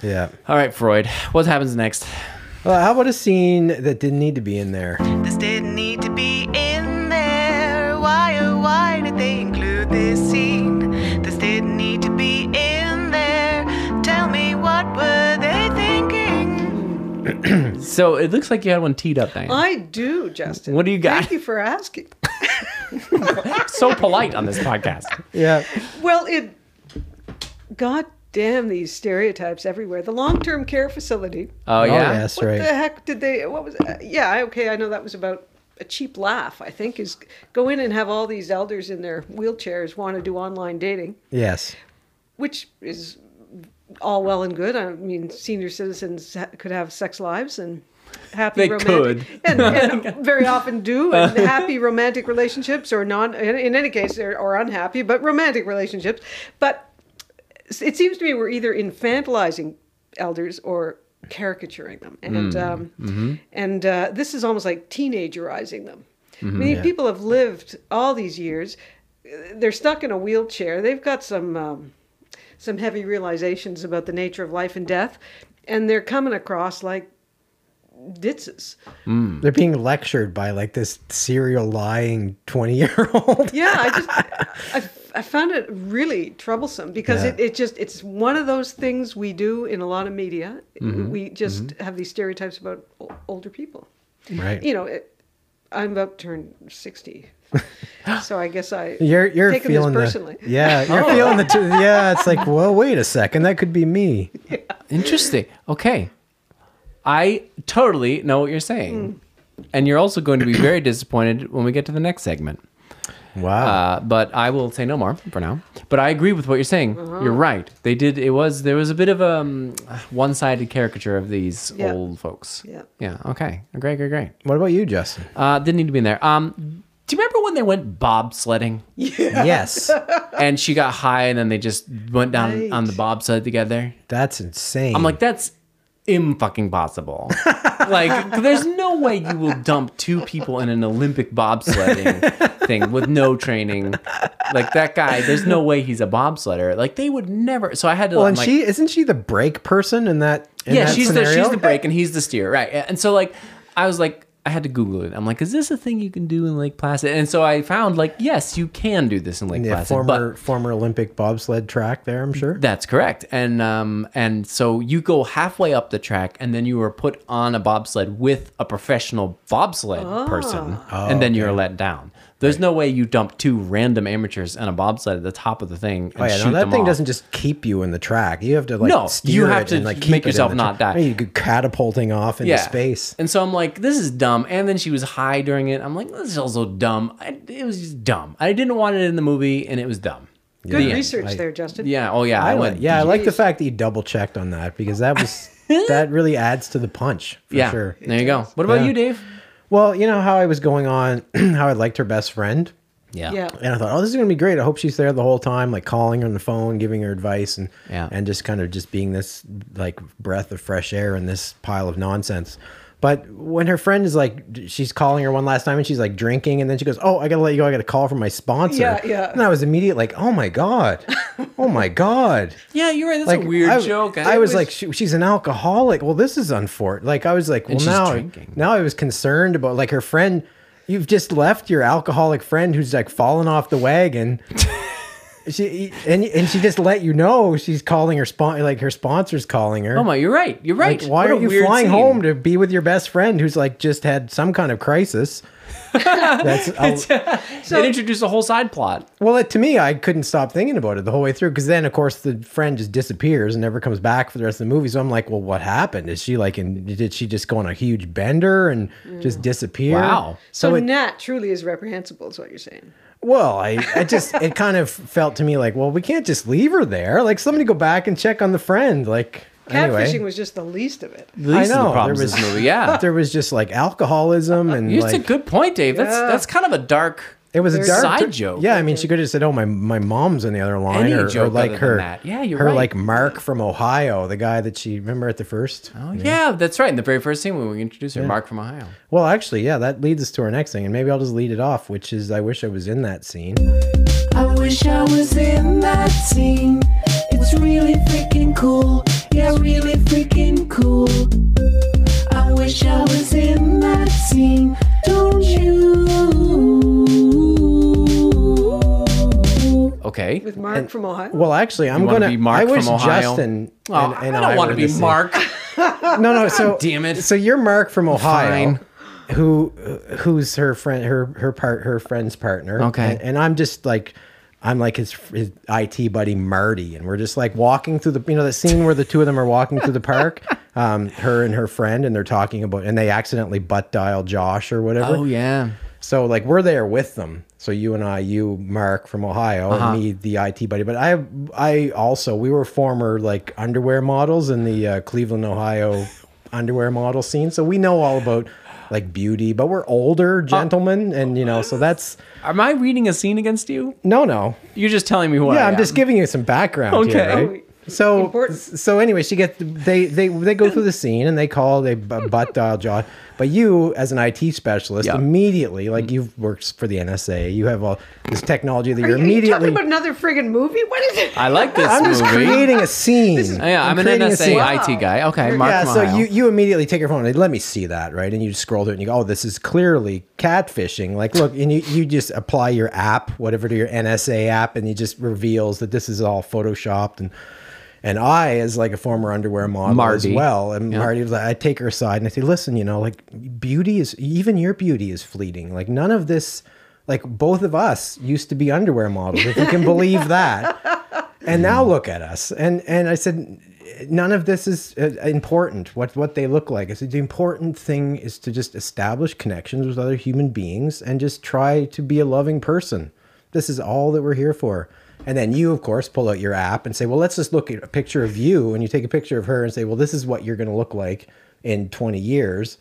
Speaker 1: Yeah.
Speaker 2: All right, Freud, what happens next?
Speaker 1: Well, how about a scene that didn't need to be in there?
Speaker 5: This didn't need to be in there. Why, oh, why did they include this scene? This didn't need to be in there. Tell me, what were they thinking?
Speaker 2: So it looks like you had one teed up, Diane.
Speaker 3: I do, Justin.
Speaker 2: What do you got?
Speaker 3: Thank you for asking.
Speaker 2: so polite on this podcast.
Speaker 1: Yeah.
Speaker 3: Well, it. God damn these stereotypes everywhere. The long-term care facility.
Speaker 2: Oh,
Speaker 1: Oh,
Speaker 2: yeah.
Speaker 1: yes,
Speaker 3: what
Speaker 1: right.
Speaker 3: the heck did they? What was? Uh, yeah, I- okay, I know that was about a cheap laugh. I think is go in and have all these elders in their wheelchairs want to do online dating,
Speaker 1: Yes.
Speaker 3: which is all well and good. I mean, senior citizens ha- could have sex lives and happy
Speaker 2: They
Speaker 3: romantic And, and very often do and happy romantic relationships or non in, in any case they're or unhappy but romantic relationships but it seems to me we're either infantilizing elders or caricaturing them and um, and uh, this is almost like teenagerizing them i mean people have lived all these years they're stuck in a wheelchair they've got some um, some heavy realizations about the nature of life and death and they're coming across like ditzes
Speaker 1: They're being lectured by like this serial lying 20 year old.
Speaker 3: yeah i just I, I found it really troublesome because
Speaker 1: Yeah.
Speaker 3: it, it just it's one of those things we do in a lot of media
Speaker 1: Mm-hmm.
Speaker 3: we just have these stereotypes about o- older people
Speaker 1: Right.
Speaker 3: you know it, i'm about to turn 60 so i guess i
Speaker 1: You're you're
Speaker 3: taking
Speaker 1: feeling
Speaker 3: this personally
Speaker 1: the yeah you're
Speaker 2: Oh.
Speaker 1: feeling the two, yeah it's like well wait a second that could be me
Speaker 2: Interesting. Okay. I totally know what you're saying.
Speaker 3: Hmm.
Speaker 2: And you're also going to be very disappointed when we get to the next segment.
Speaker 1: wow
Speaker 2: Uh, but I will say no more for now. But I agree with what you're saying.
Speaker 3: Uh-huh.
Speaker 2: You're right. They did. It was there was a bit of a um, one-sided caricature of these
Speaker 3: Yeah.
Speaker 2: old folks.
Speaker 3: Yeah.
Speaker 2: Yeah. Okay. Great. Great. Great.
Speaker 1: what about you Justin
Speaker 2: Uh, didn't need to be in there. Um, do you remember when they went bobsledding
Speaker 1: yes
Speaker 2: and she got high and then they just went down
Speaker 3: Right.
Speaker 2: on the bobsled together?
Speaker 1: that's insane
Speaker 2: I'm like, that's im fucking possible. like, there's no way you will dump two people in an Olympic bobsledding thing with no training. Like that guy, there's no way he's a bobsledder. Like they would never. So I had to.
Speaker 1: well
Speaker 2: I'm
Speaker 1: and
Speaker 2: like,
Speaker 1: she isn't she the break person in that in
Speaker 2: yeah,
Speaker 1: that
Speaker 2: she's the she's
Speaker 1: scenario?
Speaker 2: the brake and he's the steer, right? And so like I was like I had to Google it. I'm like, is this a thing you can do in Lake Placid? And so I found like yes, you can do this in Lake
Speaker 1: yeah,
Speaker 2: Placid,
Speaker 1: former
Speaker 2: but
Speaker 1: former Olympic bobsled track there I'm sure
Speaker 2: that's correct. And um and so you go halfway up the track and then you are put on a bobsled with a professional bobsled person,
Speaker 1: Oh,
Speaker 2: and then you're let down. There's no way you dump two random amateurs and a bobsled at the top of the thing and
Speaker 1: Oh yeah,
Speaker 2: shoot
Speaker 1: no, that
Speaker 2: them
Speaker 1: thing
Speaker 2: off.
Speaker 1: doesn't just keep you in the track. You have to like
Speaker 2: No, you
Speaker 1: steer
Speaker 2: have
Speaker 1: it
Speaker 2: to
Speaker 1: and, like
Speaker 2: make
Speaker 1: keep it in
Speaker 2: yourself
Speaker 1: the
Speaker 2: not
Speaker 1: track.
Speaker 2: die.
Speaker 1: You could catapulting off into space.
Speaker 2: And so I'm like, this is dumb. And then she was high during it. I'm like, this is also dumb. I, it was just dumb. I didn't want it in the movie, and it was dumb.
Speaker 3: good
Speaker 2: Yeah.
Speaker 3: research
Speaker 1: I-
Speaker 3: there justin
Speaker 2: Yeah. Oh yeah.
Speaker 1: I like,
Speaker 2: went.
Speaker 1: yeah, I like the fact that you double checked on that because that was that really adds to the punch for
Speaker 2: yeah.
Speaker 1: sure.
Speaker 2: There you go. What about
Speaker 1: Yeah.
Speaker 2: you, Dave?
Speaker 1: Well, you know how I was going on how I liked her best friend.
Speaker 2: Yeah.
Speaker 3: Yeah.
Speaker 1: And I thought, oh, this is gonna be great. I hope she's there the whole time, like calling her on the phone, giving her advice, and
Speaker 2: Yeah.
Speaker 1: and just kind of just being this like breath of fresh air in this pile of nonsense. But when her friend is like, she's calling her one last time, and she's like drinking, and then she goes, "Oh, I gotta let you go. I got a call from my sponsor."
Speaker 3: Yeah, yeah.
Speaker 1: And I was immediately like, "Oh my god, oh my god."
Speaker 2: Yeah, you're right. That's
Speaker 1: Like
Speaker 2: a weird
Speaker 1: I,
Speaker 2: joke.
Speaker 1: I, was like, she, she's an alcoholic. Well, this is unfortunate. Like I was like, well,
Speaker 2: she's
Speaker 1: now,
Speaker 2: drinking.
Speaker 1: now I was concerned about like her friend. You've just left your alcoholic friend who's like fallen off the wagon. she and and she just let you know she's calling her spon like her sponsor's calling her.
Speaker 2: oh my, you're right. You're right.
Speaker 1: Like, why
Speaker 2: What a
Speaker 1: are you
Speaker 2: weird
Speaker 1: flying
Speaker 2: scene.
Speaker 1: home to be with your best friend who's like just had some kind of crisis? That's I'll-
Speaker 2: it introduced a whole side plot.
Speaker 1: well, it, to me, I couldn't stop thinking about it the whole way through because then, of course, the friend just disappears and never comes back for the rest of the movie. So I'm like, well, what happened? Is she like, and did she just go on a huge bender and just disappear?
Speaker 2: Wow.
Speaker 1: So,
Speaker 3: Mm. So,
Speaker 1: it,
Speaker 3: Nat truly is reprehensible, is what you're saying.
Speaker 1: well, I, I just, it kind of felt to me like, well, we can't just leave her there. Like, somebody go back and check on the friend. Like,
Speaker 3: Catfishing
Speaker 1: anyway.
Speaker 3: was just the least of it.
Speaker 2: At least
Speaker 1: I
Speaker 2: in
Speaker 1: know,
Speaker 2: the problems
Speaker 1: there
Speaker 2: of
Speaker 1: was-
Speaker 2: this movie. Yeah.
Speaker 1: There was just like alcoholism and
Speaker 2: It's
Speaker 1: like,
Speaker 2: a good point, Dave. That's
Speaker 3: Yeah.
Speaker 2: that's kind of a dark.
Speaker 1: It was a
Speaker 3: There's
Speaker 1: dark
Speaker 2: side joke. Mm-hmm.
Speaker 1: Yeah, I mean, she could have said, "Oh, my my mom's on the other line,"
Speaker 2: Any
Speaker 1: or, or
Speaker 2: joke
Speaker 1: like
Speaker 2: other than
Speaker 1: her,
Speaker 2: that. Yeah, you're
Speaker 1: her
Speaker 2: right.
Speaker 1: like Mark from Ohio, the guy that she remember at the first.
Speaker 2: Oh, yeah. that's right. In the very first scene when we introduce her, Mark from Ohio.
Speaker 1: Well, actually, yeah, that leads us to our next thing, and maybe I'll just lead it off, which is I wish I was in that scene.
Speaker 4: I wish I was in that scene. It's really freaking cool. Yeah, really freaking cool. I wish I was in that scene. Don't you?
Speaker 2: Okay.
Speaker 3: With Mark from Ohio.
Speaker 1: Well, actually, I'm
Speaker 2: You wanna
Speaker 1: gonna.
Speaker 2: be Mark
Speaker 1: I wish
Speaker 2: from Ohio?
Speaker 1: Justin.
Speaker 2: Oh, I don't want
Speaker 1: were
Speaker 2: to be
Speaker 1: the same.
Speaker 2: Mark.
Speaker 1: No, no. So
Speaker 2: damn it.
Speaker 1: So you're Mark from Ohio.
Speaker 2: Fine.
Speaker 1: Who who's her friend her her part her friend's partner.
Speaker 2: Okay.
Speaker 1: And, and I'm just like I'm like his, his IT buddy Marty and we're just like walking through the you know that scene where the two of them are walking through the park. Um, her and her friend and they're talking about and they accidentally butt dial Josh or whatever.
Speaker 2: oh yeah.
Speaker 1: So like we're there with them. So you and I, you Mark from Ohio, and me the IT buddy. But I I also we were former like underwear models in the uh, Cleveland, Ohio underwear model scene. So we know all about like beauty, but we're older gentlemen, and you know so that's
Speaker 2: Am I reading a scene against you?
Speaker 1: no no.
Speaker 2: You're just telling me what.
Speaker 1: Yeah,
Speaker 2: I
Speaker 1: I'm
Speaker 2: am.
Speaker 1: just giving you some background.
Speaker 2: um, Okay.
Speaker 1: Here, right? So
Speaker 3: Oh, Important.
Speaker 1: so anyway, she gets they they they go through the scene and they call they bu- butt dial John. But you, as an IT specialist,
Speaker 2: Yeah. Mm-hmm.
Speaker 1: immediately like you've worked for the NSA, you have all this technology that
Speaker 3: Are
Speaker 1: you're
Speaker 3: you- are you talking
Speaker 1: immediately.
Speaker 3: about another friggin' movie? What is it?
Speaker 2: I like this
Speaker 1: I'm
Speaker 2: movie. Oh,
Speaker 1: just creating a scene.
Speaker 2: yeah, I'm, an
Speaker 1: creating a
Speaker 2: NSA
Speaker 1: scene.
Speaker 2: IT guy. Okay, Mark
Speaker 1: yeah,
Speaker 2: from
Speaker 1: so
Speaker 2: Ohio.
Speaker 1: you, you immediately take your phone and let me see that, right? And you scroll through it and you go, oh, this is clearly catfishing. Like, look, and you, you just apply your app, whatever, to your NSA app, and it just reveals that this is all photoshopped. And and I, as like a former underwear model
Speaker 2: Marty.
Speaker 1: as well, and Marty was like, I take her aside and I say, listen, you know, like beauty is even your beauty is fleeting. Like none of this. Like both of us used to be underwear models, if you can believe that and now look at us and and i said none of this is uh, important what what they look like i said the important thing is to just establish connections with other human beings and just try to be a loving person this is all that we're here for and then you of course pull out your app and say well let's just look at a picture of you and you take a picture of her and say well this is what you're going to look like in 20 years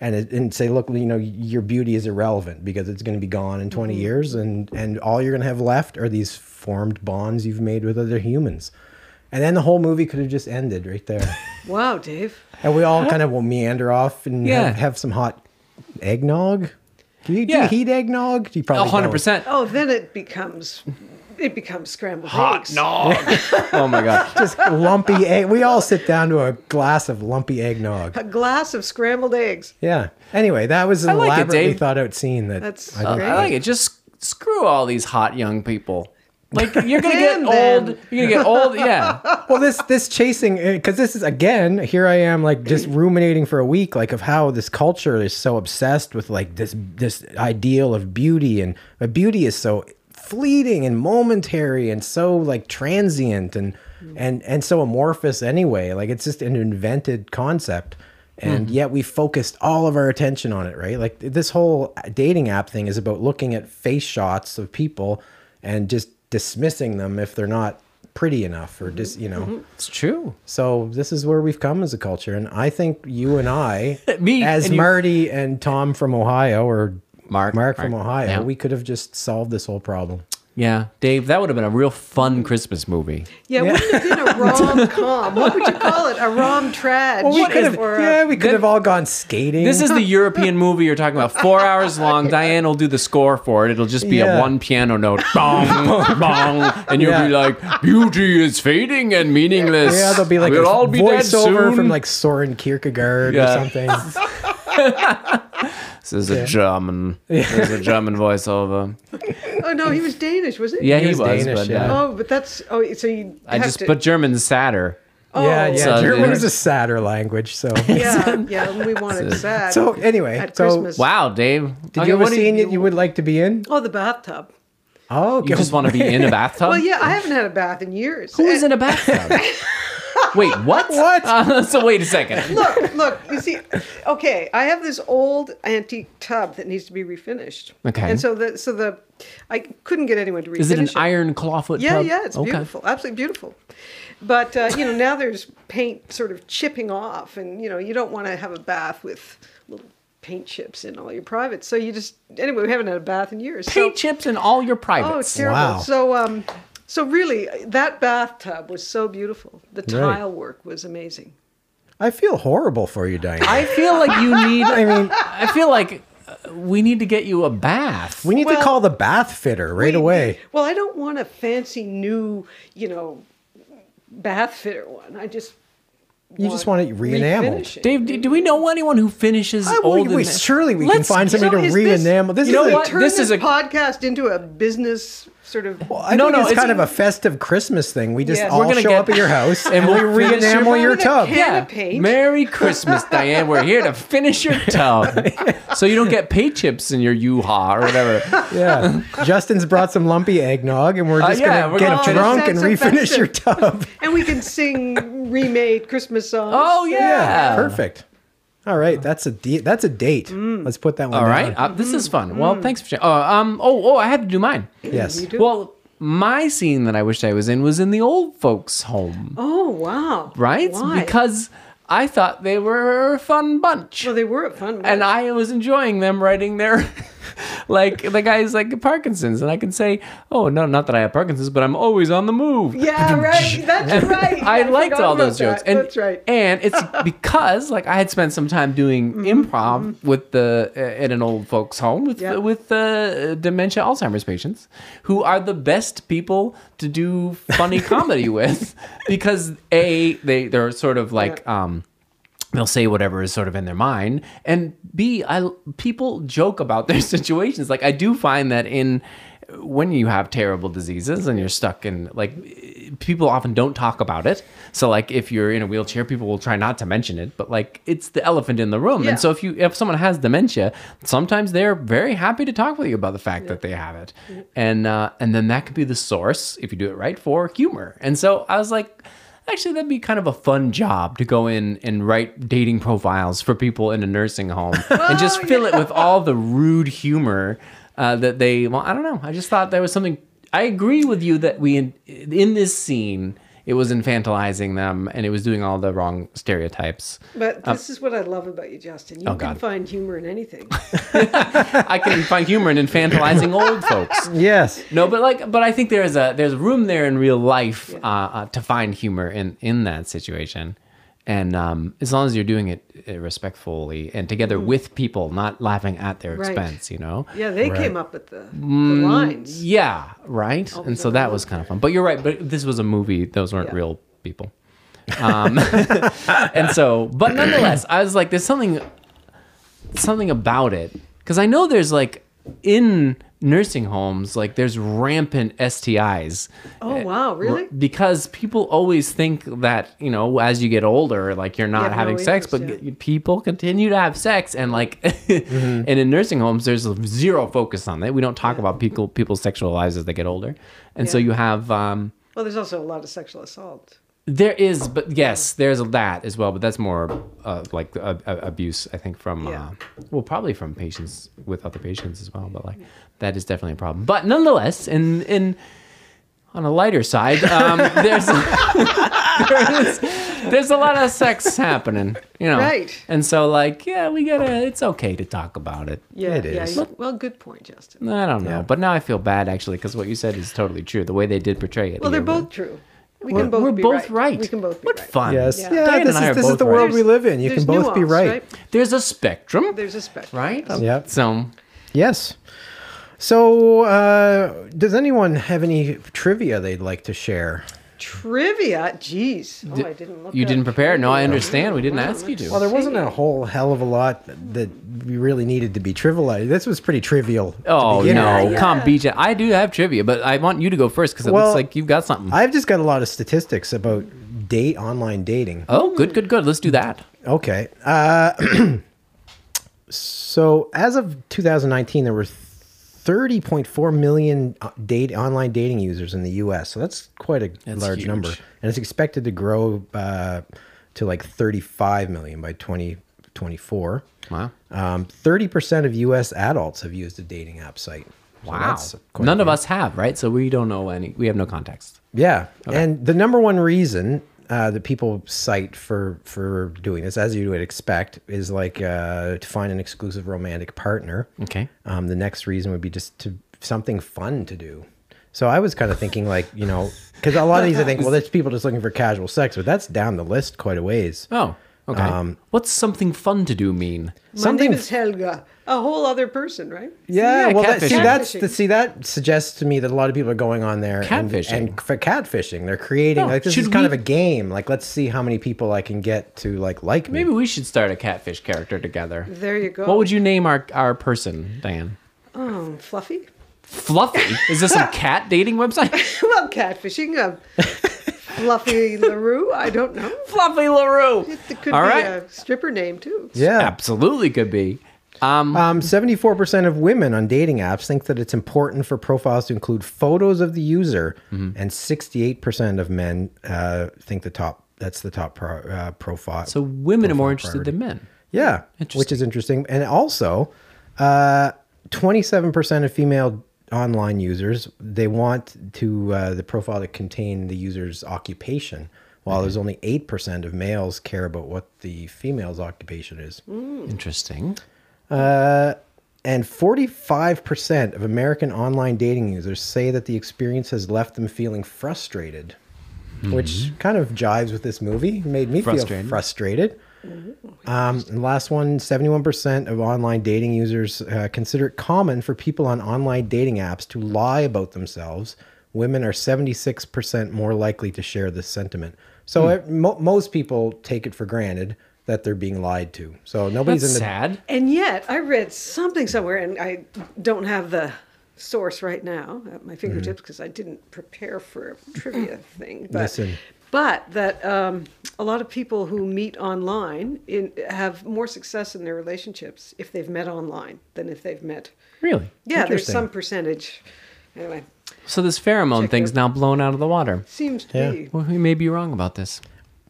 Speaker 1: and it- and say, look, you know, your beauty is irrelevant because it's going to be gone in
Speaker 2: Mm-hmm.
Speaker 1: 20 years, and and all you're going to have left are these formed bonds you've made with other humans. And then the whole movie could have just ended right there,
Speaker 3: wow, Dave.
Speaker 1: and we all kind of will meander off and
Speaker 2: Yeah.
Speaker 1: have, have some hot eggnog. Do you, do you
Speaker 2: Yeah.
Speaker 1: heat eggnog? You probably don't.
Speaker 2: hundred percent.
Speaker 3: Oh, then it becomes it becomes scrambled eggs.
Speaker 2: no. oh my god.
Speaker 1: Just lumpy egg. We all sit down to a glass of lumpy eggnog.
Speaker 3: A glass of scrambled eggs.
Speaker 1: Yeah. Anyway, that was an
Speaker 2: I like it,
Speaker 1: elaborately
Speaker 2: Dave.
Speaker 1: thought out scene. That
Speaker 3: That's
Speaker 1: I didn't
Speaker 3: great.
Speaker 2: I like it. Just sc- screw all these hot young people. Like you're gonna get
Speaker 3: Damn them.
Speaker 2: old. You're gonna get old. Yeah.
Speaker 1: well this this chasing because this is again here i am like just ruminating for a week like of how this culture is so obsessed with like this this ideal of beauty and but beauty is so fleeting and momentary and so like transient and and and so amorphous anyway like it's just an invented concept and yet we focused all of our attention on it right like this whole dating app thing is about looking at face shots of people and just dismissing them if they're not pretty enough or just you know
Speaker 2: It's true.
Speaker 1: so this is where we've come as a culture and i think you and i
Speaker 2: Me
Speaker 1: as
Speaker 2: and you-
Speaker 1: marty and tom from ohio or
Speaker 2: Mark.
Speaker 1: Mark from Ohio.
Speaker 2: Yeah.
Speaker 1: We could have just solved this whole problem.
Speaker 2: yeah, Dave, that would have been a real fun Christmas movie.
Speaker 3: Yeah, wouldn't it have been a rom com? what would you call it? A rom trad?
Speaker 1: Well, we could have,
Speaker 3: uh,
Speaker 1: yeah, we could
Speaker 2: then-
Speaker 1: have all gone skating.
Speaker 2: This is the European movie you're talking about. Four hours long. Diane will do the score for it. It'll just be
Speaker 1: Yeah.
Speaker 2: a one piano note, bong, bong, and you'll be
Speaker 1: Yeah.
Speaker 2: like, "Beauty is fading and meaningless."
Speaker 1: yeah, there'll be like
Speaker 2: we'll
Speaker 1: a
Speaker 2: all be dead
Speaker 1: voiceover
Speaker 2: soon.
Speaker 1: from like Soren Kierkegaard
Speaker 2: Yeah.
Speaker 1: or something.
Speaker 2: this is a German. This is a German voiceover.
Speaker 3: Oh no, he was Danish, was it?
Speaker 2: Yeah, he,
Speaker 1: was
Speaker 2: was,
Speaker 1: Danish,
Speaker 2: but
Speaker 1: yeah.
Speaker 2: uh,
Speaker 3: Oh, but that's oh, so you.
Speaker 2: I
Speaker 3: have
Speaker 2: just
Speaker 3: to,
Speaker 2: but German's sadder.
Speaker 3: Oh,
Speaker 1: yeah, yeah.
Speaker 2: So
Speaker 1: German
Speaker 2: the-
Speaker 1: is a sadder language, so.
Speaker 3: yeah, yeah. and We wanted sad.
Speaker 1: So anyway,
Speaker 3: at
Speaker 1: so
Speaker 3: Christmas.
Speaker 2: Wow, Dave.
Speaker 1: did you have a scene that you would like to be in?
Speaker 3: Oh, the bathtub.
Speaker 1: Oh, okay.
Speaker 2: You just want to be in a bathtub?
Speaker 3: Well, yeah, I haven't had a bath in years.
Speaker 2: Who is in a bathtub? wait, what?
Speaker 1: What?
Speaker 2: Uh, so wait a second.
Speaker 3: look, look, you see, okay, I have this old antique tub that needs to be refinished.
Speaker 2: Okay.
Speaker 3: And so the so the I couldn't get anyone to refinish
Speaker 2: Is it an iron clawfoot
Speaker 3: Yeah,
Speaker 2: tub?
Speaker 3: yeah, it's beautiful, absolutely beautiful. But uh, you know, now there's paint sort of chipping off, and you know, you don't want to have a bath with little paint chips in all your privates. So you just anyway, we haven't had a bath in years. so-
Speaker 2: Paint chips and all your
Speaker 3: Oh,
Speaker 2: privates.
Speaker 3: it's terrible.
Speaker 1: Wow.
Speaker 3: So, um, so really, uh, that bathtub was so beautiful. The tile work was amazing.
Speaker 1: I feel horrible for you, Diane.
Speaker 2: I feel like you need.
Speaker 1: I mean,
Speaker 2: I feel like uh, we need to get you a bath.
Speaker 1: we need to
Speaker 3: Well-
Speaker 1: call the bath fitter right
Speaker 3: Wait,
Speaker 1: away.
Speaker 3: Well, I don't want a fancy new, you know, bath fitter one. I just
Speaker 1: You just want it re-enabled.
Speaker 3: refinishing.
Speaker 2: Dave, do, do we know anyone who finishes
Speaker 1: I, Ah, well,
Speaker 2: old?
Speaker 1: we,
Speaker 2: and-
Speaker 1: surely we can
Speaker 2: Let's-
Speaker 1: find
Speaker 3: You
Speaker 1: somebody
Speaker 3: know,
Speaker 1: to
Speaker 3: is
Speaker 1: re-enamble. This,
Speaker 3: you know
Speaker 1: is
Speaker 3: what?
Speaker 1: A,
Speaker 3: Turn
Speaker 2: This
Speaker 3: this,
Speaker 2: is a-
Speaker 3: podcast into a business sort of.
Speaker 1: I
Speaker 2: No,
Speaker 1: think
Speaker 2: no,
Speaker 1: it's,
Speaker 2: it's-
Speaker 1: kind of a festive Christmas thing. We just
Speaker 3: Yeah.
Speaker 1: all
Speaker 3: We're
Speaker 2: gonna
Speaker 1: show
Speaker 2: get-
Speaker 1: up at your house
Speaker 2: and
Speaker 1: and, we
Speaker 2: we'll finish your-
Speaker 1: re-enamble your
Speaker 3: We're gonna
Speaker 1: tub.
Speaker 3: can-
Speaker 2: Yeah.
Speaker 3: of paint.
Speaker 2: Merry Christmas, Diane. We're here to finish your tub, so you don't get pay chips in your U-Haul or whatever.
Speaker 1: Yeah, Justin's brought some lumpy eggnog, and we're
Speaker 2: Uh,
Speaker 1: just
Speaker 2: yeah,
Speaker 1: gonna
Speaker 2: we're
Speaker 1: get
Speaker 2: gonna finish-
Speaker 1: drunk and
Speaker 3: Sounds
Speaker 1: refinish your tub.
Speaker 3: and we can sing remade Christmas songs.
Speaker 2: Oh yeah.
Speaker 1: Yeah, perfect. All right, that's a de- that's a date. Let's put that one.
Speaker 2: Mm. All right,
Speaker 1: down.
Speaker 2: uh, this
Speaker 3: Mm-hmm.
Speaker 2: is fun. Well, thanks for sharing. Oh, um, oh, oh, I had to do mine.
Speaker 1: Yes.
Speaker 3: You do?
Speaker 2: Well, my scene that I wished I was in was in the old folks' home,
Speaker 3: Oh wow!
Speaker 2: right?
Speaker 3: Why?
Speaker 2: Because I thought they were a fun bunch,
Speaker 3: well, they were a fun.
Speaker 2: and
Speaker 3: bunch.
Speaker 2: I was enjoying them writing their. Like the guy's like Parkinson's, and I can say, "Oh no, not that I have Parkinson's, but I'm always on the move."
Speaker 3: Yeah, right. That's
Speaker 2: And
Speaker 3: right.
Speaker 2: I
Speaker 3: forgot
Speaker 2: liked all
Speaker 3: about
Speaker 2: those
Speaker 3: that.
Speaker 2: jokes. And,
Speaker 3: That's right.
Speaker 2: And it's because like I had spent some time doing
Speaker 3: Mm-hmm,
Speaker 2: improv with the uh, at an old folks home with
Speaker 3: Yeah.
Speaker 2: with uh, dementia Alzheimer's patients who are the best people to do funny comedy with because a they they're sort of like um they'll say whatever is sort of in their mind and b i people joke about their situations like i do find that in when you have terrible diseases and you're stuck in like people often don't talk about it so like if you're in a wheelchair people will try not to mention it but like it's the elephant in the room
Speaker 3: Yeah.
Speaker 2: and so if you if someone has dementia sometimes they're very happy to talk with you about the fact that they have it and uh, and then that could be the source if you do it right for humor and so i was like Actually, that'd be kind of a fun job to go in and write dating profiles for people in a nursing home and just fill it with all the rude humor uh, that they want. I don't know. I just thought there was something. I agree with you that we in, in this scene it was infantilizing them and it was doing all the wrong stereotypes.
Speaker 3: But this is what I love about you, Justin. You
Speaker 2: Oh,
Speaker 3: can
Speaker 2: God.
Speaker 3: find humor in anything.
Speaker 2: I can find humor in infantilizing old folks.
Speaker 1: Yes.
Speaker 2: No, but like, but I think there is a there's room there in real life uh, uh, to find humor in in that situation, and um, as long as you're doing it uh, respectfully and together with people, not laughing at their
Speaker 3: Right.
Speaker 2: expense, you know.
Speaker 3: Yeah, they came up with the,
Speaker 2: Mm,
Speaker 3: the lines.
Speaker 2: Yeah, right. and so that was kind of fun. But you're right. But this was a movie; those weren't
Speaker 3: Yeah.
Speaker 2: real people. Um, and so, but nonetheless, I was like, "There's something, something about it," because I know there's like in nursing homes, like there's rampant STIs.
Speaker 3: Oh wow, really?
Speaker 2: Because people always think that you know, as you get older, like you're not
Speaker 3: have no
Speaker 2: having sex,
Speaker 3: interest,
Speaker 2: but
Speaker 3: yeah. Mm-hmm.
Speaker 2: people continue to have sex, and like, and in nursing homes, there's zero focus on that. We don't talk about people people's sexual lives as they get older, and so
Speaker 3: Yeah.
Speaker 2: you have um,
Speaker 3: Well, there's also a lot of sexual assault.
Speaker 2: there is, but yes, there's that as well, but that's more uh, like uh, abuse, I think, from
Speaker 3: Yeah.
Speaker 2: uh, well, probably from patients with other patients as well. But like, that is definitely a problem. But nonetheless, in in on a lighter side, um, there's. there is- there's a lot of sex happening, you know.
Speaker 3: Right.
Speaker 2: And so, like, yeah, we gotta. It's okay to talk about it.
Speaker 3: Yeah,
Speaker 1: It
Speaker 3: yeah,
Speaker 1: is.
Speaker 3: you- well, good point, Justin.
Speaker 2: I don't know,
Speaker 1: Yeah.
Speaker 2: but now I feel bad actually because what you said is totally true. The way they did portray it.
Speaker 3: Well, they're
Speaker 2: here, but-
Speaker 3: both true. We
Speaker 2: We're,
Speaker 3: can both
Speaker 2: we're
Speaker 3: be
Speaker 2: both right.
Speaker 3: We can both be
Speaker 2: what
Speaker 3: right.
Speaker 2: fun.
Speaker 1: Yes.
Speaker 3: Yeah.
Speaker 1: Yeah,
Speaker 2: Diane
Speaker 1: this
Speaker 2: and I
Speaker 1: is
Speaker 2: are
Speaker 1: this is
Speaker 2: both
Speaker 1: the world
Speaker 2: right.
Speaker 1: we live in. You can
Speaker 3: There's
Speaker 1: both be
Speaker 3: nuance,
Speaker 1: right.
Speaker 2: There's a spectrum,
Speaker 3: There's a spectrum.
Speaker 2: right?
Speaker 1: Yep.
Speaker 2: So
Speaker 1: Yes. So, uh, does anyone have any trivia they'd like to share?
Speaker 3: Trivia. Jeez. Oh, I didn't look
Speaker 2: you
Speaker 3: up
Speaker 2: didn't prepare. No, I
Speaker 3: trivia.
Speaker 2: understand. We didn't
Speaker 3: Wow,
Speaker 2: ask you to.
Speaker 1: Well, there wasn't a whole hell of a lot that we really needed to be trivialized. This was pretty trivial. to
Speaker 2: Oh
Speaker 1: begin with.
Speaker 2: no,
Speaker 3: yeah.
Speaker 2: come beat it. I do have trivia, but I want you to go first because it
Speaker 1: Well,
Speaker 2: looks like you've got something.
Speaker 1: I've just got a lot of statistics about date online dating.
Speaker 2: oh, good, good, good. Let's do that.
Speaker 1: Okay. Uh, so as of 2019, there were 30.4 million uh, date online dating users in the U.S. So that's quite a large
Speaker 2: huge.
Speaker 1: number, and it's expected to grow uh, to like 35 million by 2024.
Speaker 2: Wow.
Speaker 1: Um, 30% of U.S. adults have used a dating app site. So
Speaker 2: Wow.
Speaker 1: that's quite
Speaker 2: None
Speaker 1: a
Speaker 2: of us have, right? So we don't know any. We have no context.
Speaker 1: Yeah, and the number one reason uh, that people cite for for doing this, as you would expect, is like uh, to find an exclusive romantic partner.
Speaker 2: Okay.
Speaker 1: Um, the next reason would be just to something fun to do. So I was kind of thinking, like you know, because a lot of these I think, well, there's people just looking for casual sex, but that's down the list quite a ways.
Speaker 2: Oh, okay.
Speaker 1: Um,
Speaker 2: What's something fun to do mean?
Speaker 3: My
Speaker 1: Something-
Speaker 3: name is Helga. A whole other person, right?
Speaker 1: Yeah,
Speaker 2: Yeah,
Speaker 1: well, that, see
Speaker 2: catfishing.
Speaker 1: that's
Speaker 3: Catfishing.
Speaker 1: that, see that suggests to me that a lot of people are going on there and-
Speaker 2: Catfishing.
Speaker 1: and, for catfishing. They're creating
Speaker 2: No,
Speaker 1: like this is
Speaker 2: should
Speaker 1: kind
Speaker 2: we-
Speaker 1: of a game. Like, let's see how many people I can get to like like me.
Speaker 2: Maybe we should start a catfish character together.
Speaker 3: There you go.
Speaker 2: What would you name our our person, Diane?
Speaker 3: Um, fluffy.
Speaker 2: Fluffy? Is this some cat dating website?
Speaker 3: well, catfishing. Um, fluffy Larue. I don't know.
Speaker 2: Fluffy Larue.
Speaker 3: It could
Speaker 2: All
Speaker 3: be
Speaker 2: right.
Speaker 3: a stripper name too.
Speaker 1: Yeah.
Speaker 2: Absolutely could be. Um,
Speaker 1: Um, 74% of women on dating apps think that it's important for profiles to include photos of the user, and 68% of men uh, think the top that's the top pro, uh, profile.
Speaker 2: so women are more
Speaker 1: profile
Speaker 2: interested
Speaker 1: priority.
Speaker 2: than men.
Speaker 1: Yeah, which is interesting. And also, uh, 27% of female online users they want to uh, the profile to contain the user's occupation, while there's only 8% of males care about what the female's occupation is.
Speaker 2: Interesting.
Speaker 1: And 45% of American online dating users say that the experience has left them feeling frustrated, which kind of jives with this movie, made me
Speaker 2: Mm-hmm. Frustrated.
Speaker 1: feel frustrated. Um, and last one 71% of online dating users uh, consider it common for people on online dating apps to lie about themselves. Women are 76% more likely to share this sentiment. So
Speaker 2: Hmm.
Speaker 1: it, mo- most people take it for granted that they're being lied to. So nobody's
Speaker 2: That's
Speaker 1: in the
Speaker 2: sad.
Speaker 3: And yet, I read something somewhere, and I don't have the source right now at my
Speaker 1: Mm-hmm.
Speaker 3: fingertips because I didn't prepare for a trivia thing. But,
Speaker 1: Listen.
Speaker 3: but that um, a lot of people who meet online in, have more success in their relationships if they've met online than if they've met.
Speaker 2: Really?
Speaker 3: Yeah, there's
Speaker 1: Interesting.
Speaker 3: some percentage. Anyway,
Speaker 2: So this pheromone
Speaker 3: Check
Speaker 2: thing's
Speaker 3: your-
Speaker 2: now blown out of the water.
Speaker 3: seems to
Speaker 1: Yeah.
Speaker 3: be.
Speaker 2: Well, we may be wrong about this.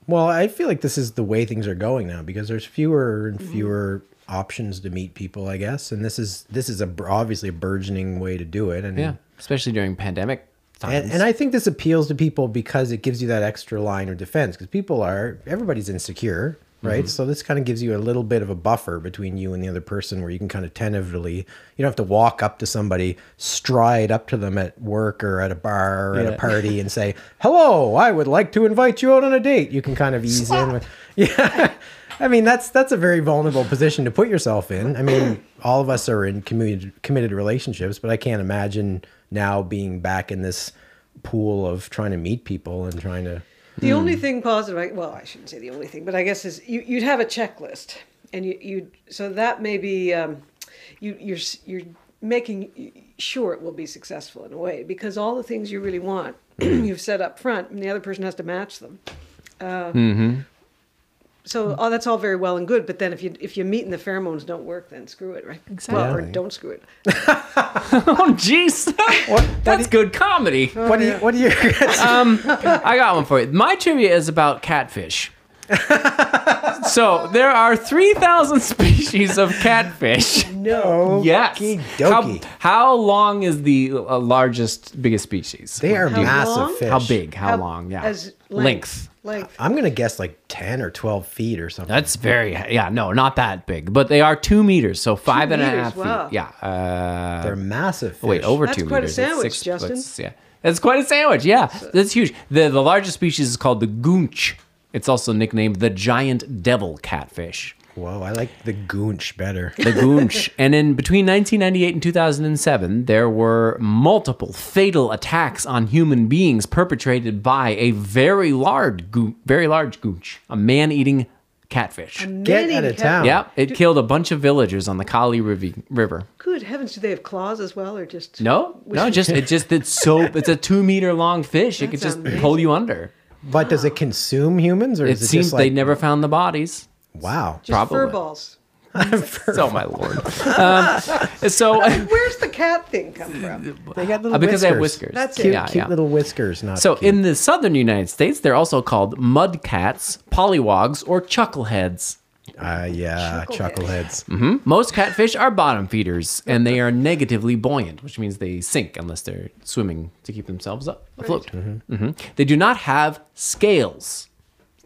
Speaker 1: Well, I feel like this is the way things are going now because there's fewer and fewer options to meet people, I guess. And this is this is a br- obviously a burgeoning way to do it. And
Speaker 2: Yeah, especially during pandemic times.
Speaker 1: and, and I think this appeals to people because it gives you that extra line of defense because people are everybody's insecure, right? So this kind of gives you a little bit of a buffer between you and the other person where you can kind of tentatively, you don't have to walk up to somebody, stride up to them at work or at a bar or at
Speaker 2: Yeah.
Speaker 1: a party and say, "Hello, I would like to invite you out on a date." You can kind of ease in with Yeah. I mean that's that's a very vulnerable position to put yourself in. I mean, all of us are in committed committed relationships, but I can't imagine now being back in this pool of trying to meet people and trying to
Speaker 3: The only thing positive, I, well, I shouldn't say the only thing, but I guess is you, you'd have a checklist, and you you so that may be um, you you're s- you're making sure it will be successful in a way because all the things you really want you've set up front, and the other person has to match them. Uh, So oh, that's all very well and good, but then if you if you meet and the pheromones don't work, then screw it, right? Exactly. Well, or
Speaker 1: Exactly.
Speaker 3: don't screw it.
Speaker 2: oh, jeez. That's good comedy.
Speaker 1: What do you what do you
Speaker 2: I got one for you. My trivia is about catfish. so there are 3,000 species of catfish.
Speaker 1: No.
Speaker 2: Yes. How,
Speaker 1: Okey-dokey.
Speaker 2: how long is the uh, largest, biggest species?
Speaker 1: They are
Speaker 3: How
Speaker 1: massive
Speaker 3: long?
Speaker 1: fish.
Speaker 2: How big? How, long? Yeah.
Speaker 3: As
Speaker 2: length.
Speaker 3: Length.
Speaker 1: I'm gonna guess like ten or twelve feet or something.
Speaker 2: That's very yeah no not that big but they are two meters so five and a
Speaker 3: meters,
Speaker 2: half
Speaker 3: wow.
Speaker 2: feet yeah uh,
Speaker 1: They're massive. Fish.
Speaker 2: wait over
Speaker 3: That's
Speaker 2: two
Speaker 3: quite a
Speaker 2: meters
Speaker 3: sandwich,
Speaker 2: That's six
Speaker 3: Justin.
Speaker 2: foot, yeah that's quite a sandwich yeah that's huge the the largest species is called the goonch it's also nicknamed the giant devil catfish
Speaker 1: Whoa, I like the goonch better.
Speaker 2: the goonch. and in between 1998 and 2007, there were multiple fatal attacks on human beings perpetrated by a very large, goon, very large goonch, a man-eating catfish.
Speaker 1: Get
Speaker 3: Many
Speaker 1: out of
Speaker 3: cat-
Speaker 1: town.
Speaker 2: Yep, it killed a bunch of villagers on the Kali Rivi- River.
Speaker 3: Good heavens, do they have claws as well, or just
Speaker 2: No, no, just it just it's so it's a two meter long fish. It could
Speaker 3: That's
Speaker 2: just pull
Speaker 3: amazing.
Speaker 2: you under.
Speaker 1: But does it consume humans or
Speaker 2: It
Speaker 1: is it
Speaker 2: seems
Speaker 1: just like
Speaker 2: they never found the bodies.
Speaker 1: wow?
Speaker 3: just fur
Speaker 2: probably.
Speaker 3: balls?
Speaker 2: Oh my lord! um, so
Speaker 3: Where's the cat thing come from?
Speaker 1: they got little
Speaker 2: uh, because they have whiskers,
Speaker 3: That's it.
Speaker 1: Cute,
Speaker 2: Yeah,
Speaker 1: cute
Speaker 2: yeah.
Speaker 1: little whiskers. Not
Speaker 2: So
Speaker 1: cute.
Speaker 2: in the southern United States, they're also called mudcats, pollywogs, or chuckleheads.
Speaker 1: uh, yeah, chuckleheads.
Speaker 3: Chuckleheads.
Speaker 1: Hmm?
Speaker 2: Most catfish are bottom feeders, and they are negatively buoyant, which means they sink unless they're swimming to keep themselves up afloat.
Speaker 1: Mm-hmm.
Speaker 2: Mhm. They do not have scales;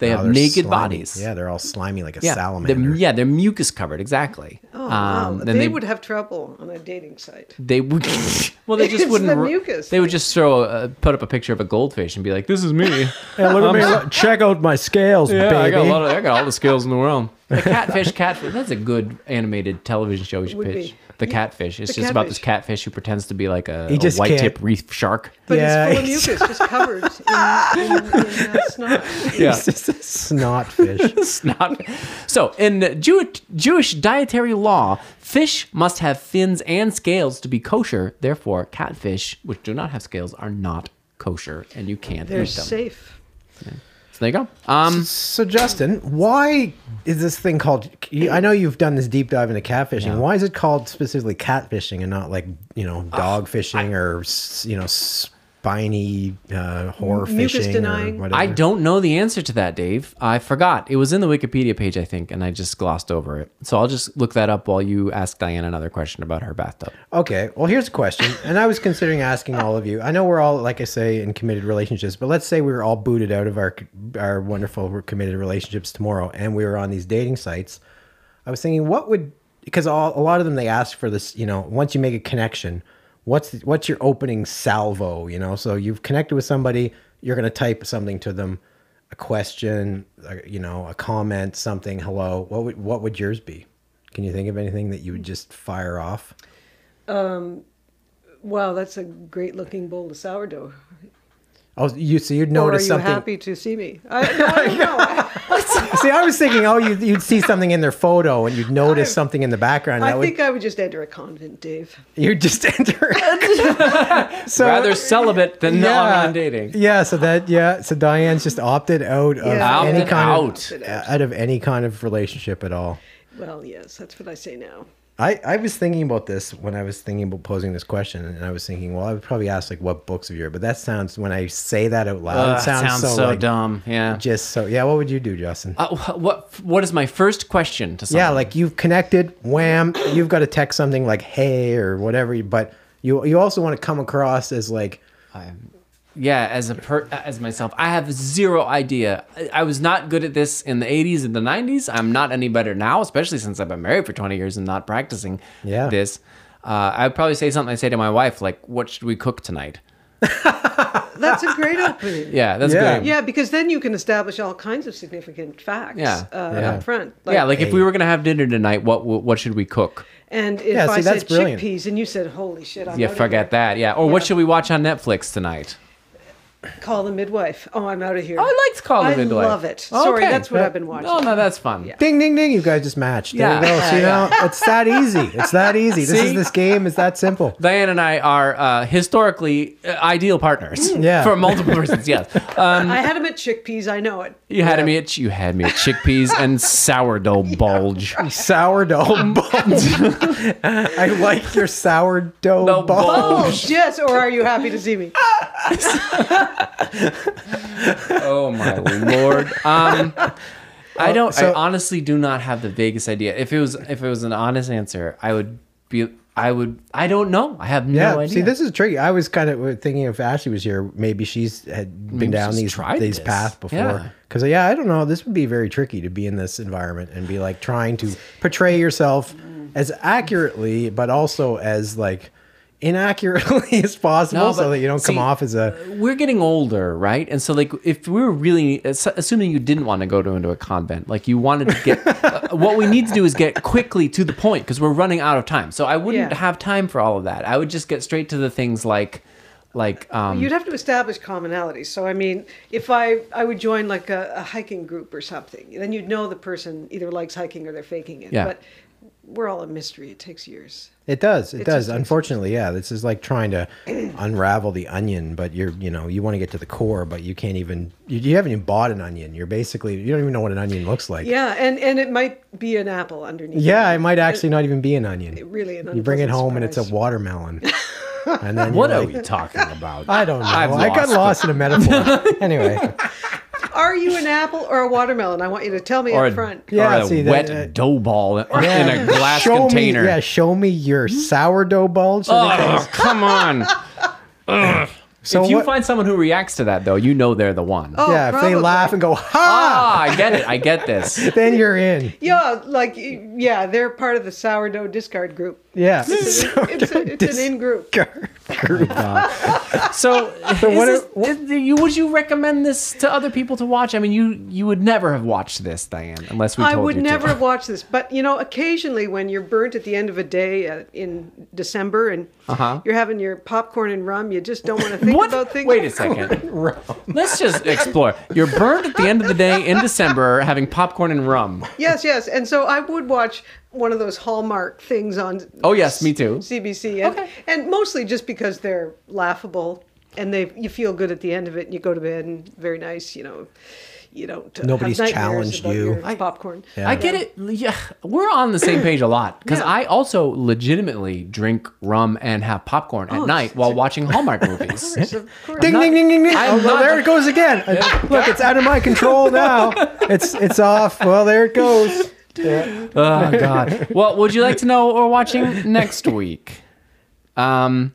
Speaker 2: they
Speaker 1: Oh,
Speaker 2: have
Speaker 1: they're
Speaker 2: naked
Speaker 1: slimy.
Speaker 2: bodies.
Speaker 1: Yeah, they're all slimy like a
Speaker 2: yeah,
Speaker 1: salamander.
Speaker 2: They're, yeah, they're mucus covered. Exactly.
Speaker 3: Oh, wow.
Speaker 2: Um,
Speaker 3: they,
Speaker 2: then
Speaker 3: would have trouble on a dating site.
Speaker 2: They would. Well, they just
Speaker 3: It's
Speaker 2: wouldn't.
Speaker 3: the
Speaker 2: ru-
Speaker 3: mucus
Speaker 2: They would just throw, a, put up a picture of a goldfish and be like, "This is me."
Speaker 1: Hey, look at me, look- check out my scales,
Speaker 2: Um, Yeah,
Speaker 1: baby.
Speaker 2: I got a lot of, I got all the skills in the world. The catfish, catfish. That's a good animated television show we should
Speaker 3: Would
Speaker 2: pitch.
Speaker 3: be.
Speaker 2: The catfish. It's
Speaker 3: The
Speaker 2: just about this
Speaker 3: catfish.
Speaker 2: catfish who pretends to be like a,
Speaker 1: He
Speaker 2: a
Speaker 1: just
Speaker 2: white
Speaker 1: can't-
Speaker 2: tip reef shark.
Speaker 3: But
Speaker 1: Yeah,
Speaker 3: it's full of
Speaker 1: it's-
Speaker 3: mucus, just covered in, in, in uh, snot.
Speaker 2: Yeah.
Speaker 1: It's just a snot fish.
Speaker 2: It's not. So in Jew- Jewish dietary law, fish must have fins and scales to be kosher. Therefore, catfish, which do not have scales, are not kosher, and you can't
Speaker 3: They're
Speaker 2: eat them.
Speaker 3: safe.
Speaker 2: So there you go. Um,
Speaker 1: so, Justin, why is this thing called? I know you've done this deep dive into catfishing. Why is it called specifically catfishing and not like you know dog fishing or s- you know spiny uh, horror
Speaker 3: mucus
Speaker 1: fishing
Speaker 3: denying.
Speaker 1: or whatever?
Speaker 2: I don't know the answer to that, Dave. I forgot. It was in the Wikipedia page, I think, and I just glossed over it. So I'll just look that up while you ask Diane another question about her bathtub.
Speaker 1: Okay, well, here's a question, and I was considering asking all of you. I know we're all, like I say, in committed relationships, but let's say we were all booted out of our our wonderful committed relationships tomorrow, and we were on these dating sites. I was thinking, what would because all, a lot of them they ask for this, you know, once you make a connection, what's the, what's your opening salvo, you know? So you've connected with somebody, you're going to type something to them, a question, uh, you know, a comment, something, hello. What would what would yours be? Can you think of anything that you would just fire off?
Speaker 3: Wow, that's a great looking bowl of sourdough.
Speaker 1: Oh, you so you'd
Speaker 3: or are you
Speaker 1: notice something.
Speaker 3: happy to see me? I, no, I don't know.
Speaker 1: See, I was thinking, oh, you'd, you'd see something in their photo and you'd notice
Speaker 3: I-
Speaker 1: something in the background.
Speaker 3: I
Speaker 1: That
Speaker 3: think
Speaker 1: would
Speaker 3: I would just enter a convent, Dave.
Speaker 1: you'd just enter. so
Speaker 2: Rather celibate than online dating.
Speaker 1: Yeah, so that yeah, so Diane's just opted out of
Speaker 3: Yeah.
Speaker 2: Out
Speaker 1: any
Speaker 2: and
Speaker 1: kind
Speaker 2: out.
Speaker 1: of uh, out of any kind of relationship at all.
Speaker 3: Well, yes, that's what I say now.
Speaker 1: I, I was thinking about this when I was thinking about posing this question, and I was thinking, well, I would probably ask like what books of yours, but that sounds when I say that out loud,
Speaker 2: Ugh,
Speaker 1: it sounds, so, like,
Speaker 2: dumb. Yeah.
Speaker 1: Just so yeah, what would you do, Justin?
Speaker 2: Uh, wh- what What is my first question to someone?
Speaker 1: Yeah, like you've connected, wham, you've got to text something like hey or whatever, but you you also want to come across as like
Speaker 2: yeah as a per uh, as myself i have zero idea I, I was not good at this in the 80s and the 90s i'm not any better now especially since i've been married for 20 years and not practicing
Speaker 1: Yeah.
Speaker 2: this uh, i would probably say something i say to my wife like what should we cook tonight
Speaker 3: That's a great opening.
Speaker 2: yeah that's
Speaker 1: Yeah.
Speaker 2: good
Speaker 3: Yeah, because then you can establish all kinds of significant facts
Speaker 2: Yeah.
Speaker 3: Uh,
Speaker 1: Yeah.
Speaker 3: up front.
Speaker 2: yeah like if we were gonna have dinner tonight what what what should we cook
Speaker 3: and if
Speaker 1: Yeah, see,
Speaker 3: I
Speaker 1: that's
Speaker 3: said
Speaker 1: brilliant.
Speaker 3: chickpeas and you said, holy shit, I'm
Speaker 2: yeah
Speaker 3: outta
Speaker 2: forget
Speaker 3: here.
Speaker 2: that yeah or what should we watch on netflix tonight
Speaker 3: Call the midwife. Oh, I'm out of here.
Speaker 2: oh i liked call
Speaker 3: I
Speaker 2: of midwife
Speaker 3: love it. Sorry,
Speaker 2: Okay.
Speaker 3: that's what I've been watching.
Speaker 2: Oh, no no that's fun
Speaker 1: ding ding ding, you guys just matched.
Speaker 2: Yeah.
Speaker 1: There you go.
Speaker 2: Yeah,
Speaker 1: See
Speaker 2: yeah.
Speaker 1: now it's that easy. It's that easy. This
Speaker 2: See?
Speaker 1: is this game is that simple.
Speaker 2: Diane and I are uh, historically uh, ideal partners.
Speaker 1: Mm, Yeah.
Speaker 2: For multiple reasons, yes. Um,
Speaker 3: I had him at chickpeas. I know it.
Speaker 2: you had me at you had me at chickpeas and sourdough bulge.
Speaker 1: Sourdough bulge. I like your sourdough
Speaker 2: No
Speaker 1: bulge.
Speaker 3: Oh, yes. Or are you happy to see me?
Speaker 2: Oh my lord. Um, I don't.
Speaker 1: so-
Speaker 2: I honestly do not have the vaguest idea. If it was if it was an honest answer, I would be I would. I don't know. I have
Speaker 1: Yeah,
Speaker 2: no idea.
Speaker 1: see, this is tricky. I was kind of thinking if Ashley was here, maybe she's had been
Speaker 2: Maybe
Speaker 1: down
Speaker 2: she's
Speaker 1: these
Speaker 2: tried
Speaker 1: these
Speaker 2: this.
Speaker 1: paths
Speaker 2: Yeah.
Speaker 1: before. Because yeah. I don't know. This would be very tricky to be in this environment and be like trying to portray yourself as accurately, but also as like inaccurately as possible,
Speaker 2: No, but
Speaker 1: so that you don't come
Speaker 2: see, uh,
Speaker 1: off as a
Speaker 2: we're getting older, right? And so, like, if we were really ass- assuming you didn't want to go to into a convent, like you wanted to get, uh, what we need to do is get quickly to the point because we're running out of time. So I wouldn't
Speaker 3: Yeah.
Speaker 2: have time for all of that. I would just get straight to the things like, like, um,
Speaker 3: You'd have to establish commonalities. So, I mean, if I I would join like a, a hiking group or something, then you'd know the person either likes hiking or they're faking it.
Speaker 2: Yeah.
Speaker 3: But we're all a mystery. It takes years.
Speaker 1: It does. It,
Speaker 3: It
Speaker 1: does.
Speaker 3: just takes-
Speaker 1: Unfortunately, yeah. This is like trying to unravel the onion, but you're, you know, you want to get to the core, but you can't even. You, you haven't even bought an onion. You're basically. You don't even know what an onion looks like.
Speaker 3: Yeah, and and it might be an apple underneath.
Speaker 1: Yeah, it might actually not even be an onion.
Speaker 3: really an
Speaker 1: you bring it
Speaker 3: unpleasant
Speaker 1: home and it's a
Speaker 3: surprise.
Speaker 1: watermelon. And then
Speaker 2: what
Speaker 1: you're
Speaker 2: are
Speaker 1: like,
Speaker 2: we talking about?
Speaker 1: I don't know.
Speaker 2: I've
Speaker 1: I got
Speaker 2: lost.
Speaker 1: lost in a metaphor. anyway,
Speaker 3: Are you an apple or a watermelon? I want you to tell me
Speaker 2: or
Speaker 3: up
Speaker 2: a,
Speaker 3: front.
Speaker 1: Yeah,
Speaker 2: or a
Speaker 1: see, that-
Speaker 2: wet
Speaker 1: that-
Speaker 2: dough ball in a glass
Speaker 1: show
Speaker 2: container.
Speaker 1: me. Yeah, show me your
Speaker 3: Hmm?
Speaker 1: sourdough bulge. So they can-
Speaker 2: oh, come on.
Speaker 1: so
Speaker 2: if you
Speaker 1: what-
Speaker 2: find someone who reacts to that, though, you know they're the one.
Speaker 3: Oh,
Speaker 1: yeah, if they laugh and go ha,
Speaker 2: Ah, I get it. I get this.
Speaker 1: then you're in.
Speaker 3: Yeah, like yeah, they're part of the sourdough discard group.
Speaker 1: Yeah.
Speaker 3: It's,
Speaker 1: So
Speaker 3: an- it's, a- it's an in group.
Speaker 2: So, is
Speaker 1: what
Speaker 2: this-
Speaker 1: are- what-
Speaker 2: is- you- would you recommend this to other people to watch? I mean, you you would never have watched this, Diane, unless we told
Speaker 3: I would
Speaker 2: you
Speaker 3: never
Speaker 2: To.
Speaker 3: have watched this, but you know, occasionally when you're burnt at the end of a day uh, in December and
Speaker 2: Uh-huh.
Speaker 3: you're having your popcorn and rum, you just don't want to think
Speaker 2: What?
Speaker 3: about things.
Speaker 2: Wait a second. Let's just explore. You're burned at the end of the day in December, having popcorn and rum.
Speaker 3: Yes, yes, and so I would watch one of those Hallmark things on.
Speaker 2: Oh, yes, me too.
Speaker 3: CBC, and,
Speaker 2: Okay.
Speaker 3: and mostly just because they're laughable and they you feel good at the end of it, and you go to bed and very nice, you know. You don't. uh, have
Speaker 1: Nobody's
Speaker 3: nightmares
Speaker 1: challenged
Speaker 3: about
Speaker 1: you.
Speaker 3: your popcorn.
Speaker 2: I get it. Yeah, we're on the same page a lot because
Speaker 3: Yeah.
Speaker 2: I also legitimately drink rum and have popcorn at
Speaker 3: Oh,
Speaker 2: night
Speaker 3: it's-
Speaker 2: while
Speaker 3: it's-
Speaker 2: watching Hallmark movies.
Speaker 3: Yes, of course.
Speaker 1: Ding,
Speaker 2: not-
Speaker 1: ding, ding, ding, ding.
Speaker 2: I'm
Speaker 1: Oh, well,
Speaker 2: not-
Speaker 1: there it goes again. Uh, Look, it's out of my control now. It's it's off. Well, there it goes.
Speaker 2: Oh God! Well, would you like to know what we're watching next week? Um,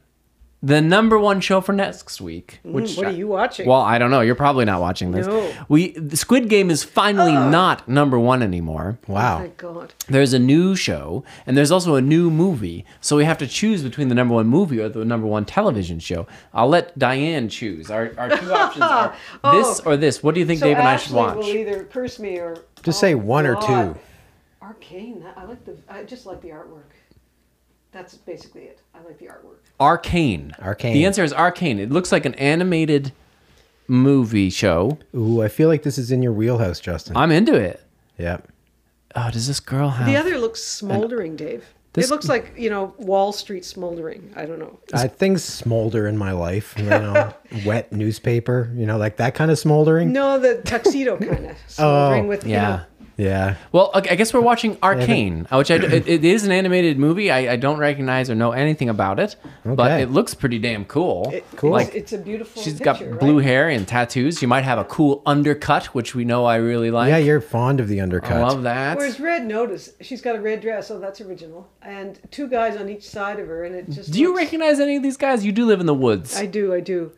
Speaker 2: the number one show for next week. Which
Speaker 3: Mm, what are you watching?
Speaker 2: Well, I don't know. You're probably not watching this.
Speaker 3: No.
Speaker 2: We the Squid Game is finally not number one anymore.
Speaker 3: Oh my
Speaker 1: Wow.
Speaker 3: God.
Speaker 2: There's a new show, and there's also a new movie. So we have to choose between the number one movie or the number one television show. I'll let Diane choose. Our, our two options are this or this. What do you think,
Speaker 3: Oh. So
Speaker 2: Dave and I should
Speaker 3: Ashley
Speaker 2: watch?
Speaker 3: will either curse me or
Speaker 1: Just say one or
Speaker 3: oh, God.
Speaker 1: two.
Speaker 3: Arcane. that- I like the. I just like the artwork. That's basically it. I like the artwork.
Speaker 2: Arcane.
Speaker 1: Arcane.
Speaker 2: The answer is Arcane. It looks like an animated movie show.
Speaker 1: Ooh, I feel like this is in your wheelhouse, Justin.
Speaker 2: I'm into it.
Speaker 1: Yep.
Speaker 2: Oh, does this girl have?
Speaker 3: The other looks smoldering, Dave.
Speaker 2: This-
Speaker 3: it looks like you know Wall Street smoldering. I don't know.
Speaker 1: I things smolder in my life, you know, wet newspaper, you know, like that kind of smoldering.
Speaker 3: No, the tuxedo kind of smoldering with
Speaker 2: Oh,
Speaker 3: you
Speaker 2: yeah.
Speaker 3: know,
Speaker 1: Yeah.
Speaker 2: Well, okay, I guess we're watching Arcane, uh, which I, it, it is an animated movie. I, I don't recognize or know anything about it, but
Speaker 1: Okay.
Speaker 2: it looks pretty damn cool.
Speaker 3: it-
Speaker 1: Cool.
Speaker 3: It's,
Speaker 2: Like,
Speaker 3: it's a beautiful.
Speaker 2: She's
Speaker 3: She's
Speaker 2: got blue hair and tattoos. She might have a cool undercut, which we know I really like.
Speaker 1: Yeah, you're fond of the undercut.
Speaker 2: I love that.
Speaker 3: Whereas Red Notice, she's got a red dress. Oh, that's original. And two guys on each side of her, and it just.
Speaker 2: Do you
Speaker 3: looks-
Speaker 2: recognize any of these guys? You do live in the woods.
Speaker 3: I do. I do.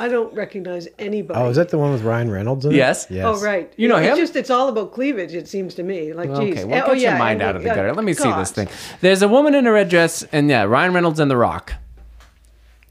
Speaker 3: I don't recognize anybody.
Speaker 1: Oh, is that the one with Ryan Reynolds in it?
Speaker 2: Yes.
Speaker 1: Yes.
Speaker 3: Oh right.
Speaker 2: You know
Speaker 3: It's
Speaker 2: him?
Speaker 3: just it's all about cleavage. It seems to me. Like geez.
Speaker 2: Okay, well,
Speaker 3: oh,
Speaker 2: get
Speaker 3: yeah,
Speaker 2: your mind
Speaker 3: and-
Speaker 2: out of the
Speaker 3: yeah,
Speaker 2: gutter. Let me see this thing.
Speaker 3: God.
Speaker 2: There's a woman in a red dress, and yeah, Ryan Reynolds and The Rock.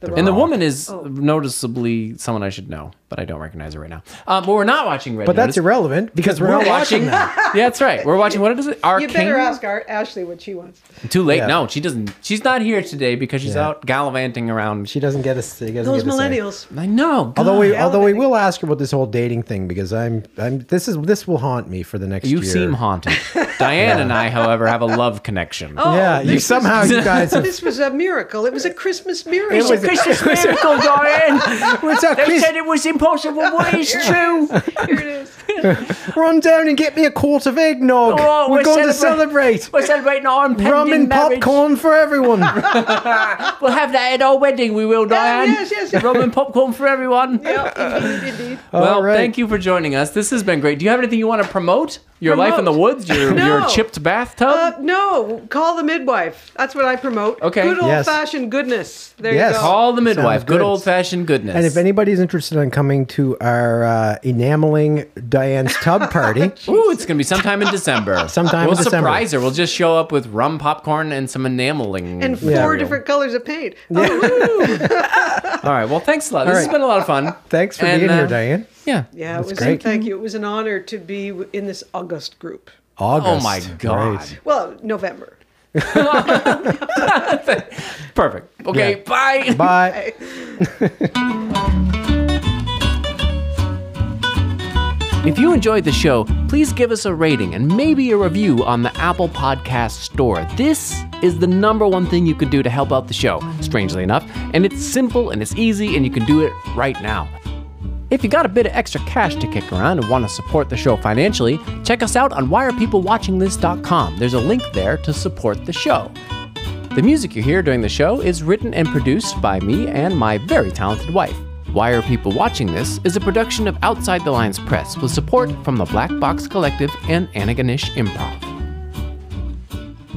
Speaker 2: and the
Speaker 1: Rock.
Speaker 2: woman is
Speaker 3: Oh.
Speaker 2: noticeably someone I should know, but I don't recognize her right now. Um, but we're not watching Red
Speaker 1: But that's
Speaker 2: Notice.
Speaker 1: irrelevant because we're,
Speaker 2: We're
Speaker 1: not watching
Speaker 2: watching.
Speaker 1: that.
Speaker 2: yeah, that's right. We're watching. What is it?
Speaker 3: You
Speaker 2: Arcane.
Speaker 3: better ask our, Ashley what she wants.
Speaker 2: Too late.
Speaker 1: Yeah.
Speaker 2: No, she doesn't. She's not here today because she's
Speaker 1: Yeah.
Speaker 2: out gallivanting around.
Speaker 1: She doesn't get us. She doesn't
Speaker 3: Those
Speaker 1: get a say.
Speaker 3: millennials.
Speaker 2: I know. God.
Speaker 1: Although we,
Speaker 3: Yeah,
Speaker 1: although we
Speaker 3: they-
Speaker 1: will ask her about this whole dating thing because I'm, I'm. This is this will haunt me for the next.
Speaker 2: you
Speaker 1: year.
Speaker 2: seem haunted. Diane and I, however, have a love connection.
Speaker 3: Oh,
Speaker 1: Yeah, you
Speaker 3: this
Speaker 1: somehow
Speaker 2: is-
Speaker 1: you guys. Have,
Speaker 3: This was a miracle. It was a Christmas miracle.
Speaker 1: was-
Speaker 2: Christmas miracle, Diane.
Speaker 1: what's up, Chris?
Speaker 2: it was impossible, but it's true.
Speaker 3: Here it is.
Speaker 1: Run down and get me a quart of eggnog.
Speaker 2: Oh,
Speaker 1: we're,
Speaker 2: we're
Speaker 1: going to
Speaker 2: celebrate-
Speaker 1: celebrate.
Speaker 2: We're celebrating our impending
Speaker 1: Rum and
Speaker 2: marriage.
Speaker 1: popcorn for everyone.
Speaker 2: We'll have that at our wedding. We will, Diane.
Speaker 3: yes, yes, yes.
Speaker 2: Rum and popcorn for everyone.
Speaker 3: Yeah, indeed, indeed.
Speaker 2: Well,
Speaker 1: All right.
Speaker 2: thank you for joining us. This has been great. Do you have anything you want to promote? Your life in the
Speaker 3: Promote.
Speaker 2: woods, your
Speaker 3: No.
Speaker 2: your chipped bathtub.
Speaker 3: Uh, no, call the midwife. That's what I promote.
Speaker 2: Okay.
Speaker 3: Good old
Speaker 1: Yes.
Speaker 3: fashioned goodness. There
Speaker 1: Yes.
Speaker 3: you go.
Speaker 2: Call the midwife.
Speaker 1: Sounds
Speaker 2: Good
Speaker 1: good.
Speaker 2: old fashioned goodness.
Speaker 1: And if anybody's interested in coming to our uh, enameling Diane's tub party,
Speaker 2: Ooh, it's gonna be sometime in December.
Speaker 1: Sometime in
Speaker 2: we'll
Speaker 1: December.
Speaker 2: surprise her. We'll just show up with rum, popcorn, and some enameling.
Speaker 3: and four
Speaker 1: Yeah.
Speaker 3: different colors of paint. Oh, woo.
Speaker 2: All right. Well, thanks a lot. This has
Speaker 1: right.
Speaker 2: been a lot of fun.
Speaker 1: thanks for
Speaker 2: And,
Speaker 1: being
Speaker 2: uh,
Speaker 1: here, Diane.
Speaker 2: Yeah.
Speaker 3: yeah,
Speaker 1: That's
Speaker 3: it was.
Speaker 1: great.
Speaker 3: Thank you. It was an honor to be w- in this August group.
Speaker 1: August.
Speaker 2: Oh my God.
Speaker 1: Great.
Speaker 3: Well, November.
Speaker 2: Perfect. Okay.
Speaker 1: Yeah.
Speaker 2: Bye.
Speaker 1: Bye.
Speaker 2: If you enjoyed the show, please give us a rating and maybe a review on the Apple Podcast Store. This is the number one thing you can do to help out the show, strangely enough, and it's simple and it's easy and you can do it right now. If you got a bit of extra cash to kick around and want to support the show financially, check us out on whyarepeoplewatchingthis.com. There's a link there to support the show. The music you hear during the show is written and produced by me and my very talented wife. Why Are People Watching This is a production of Outside the Lines Press with support from the Black Box Collective and Anaganish Improv.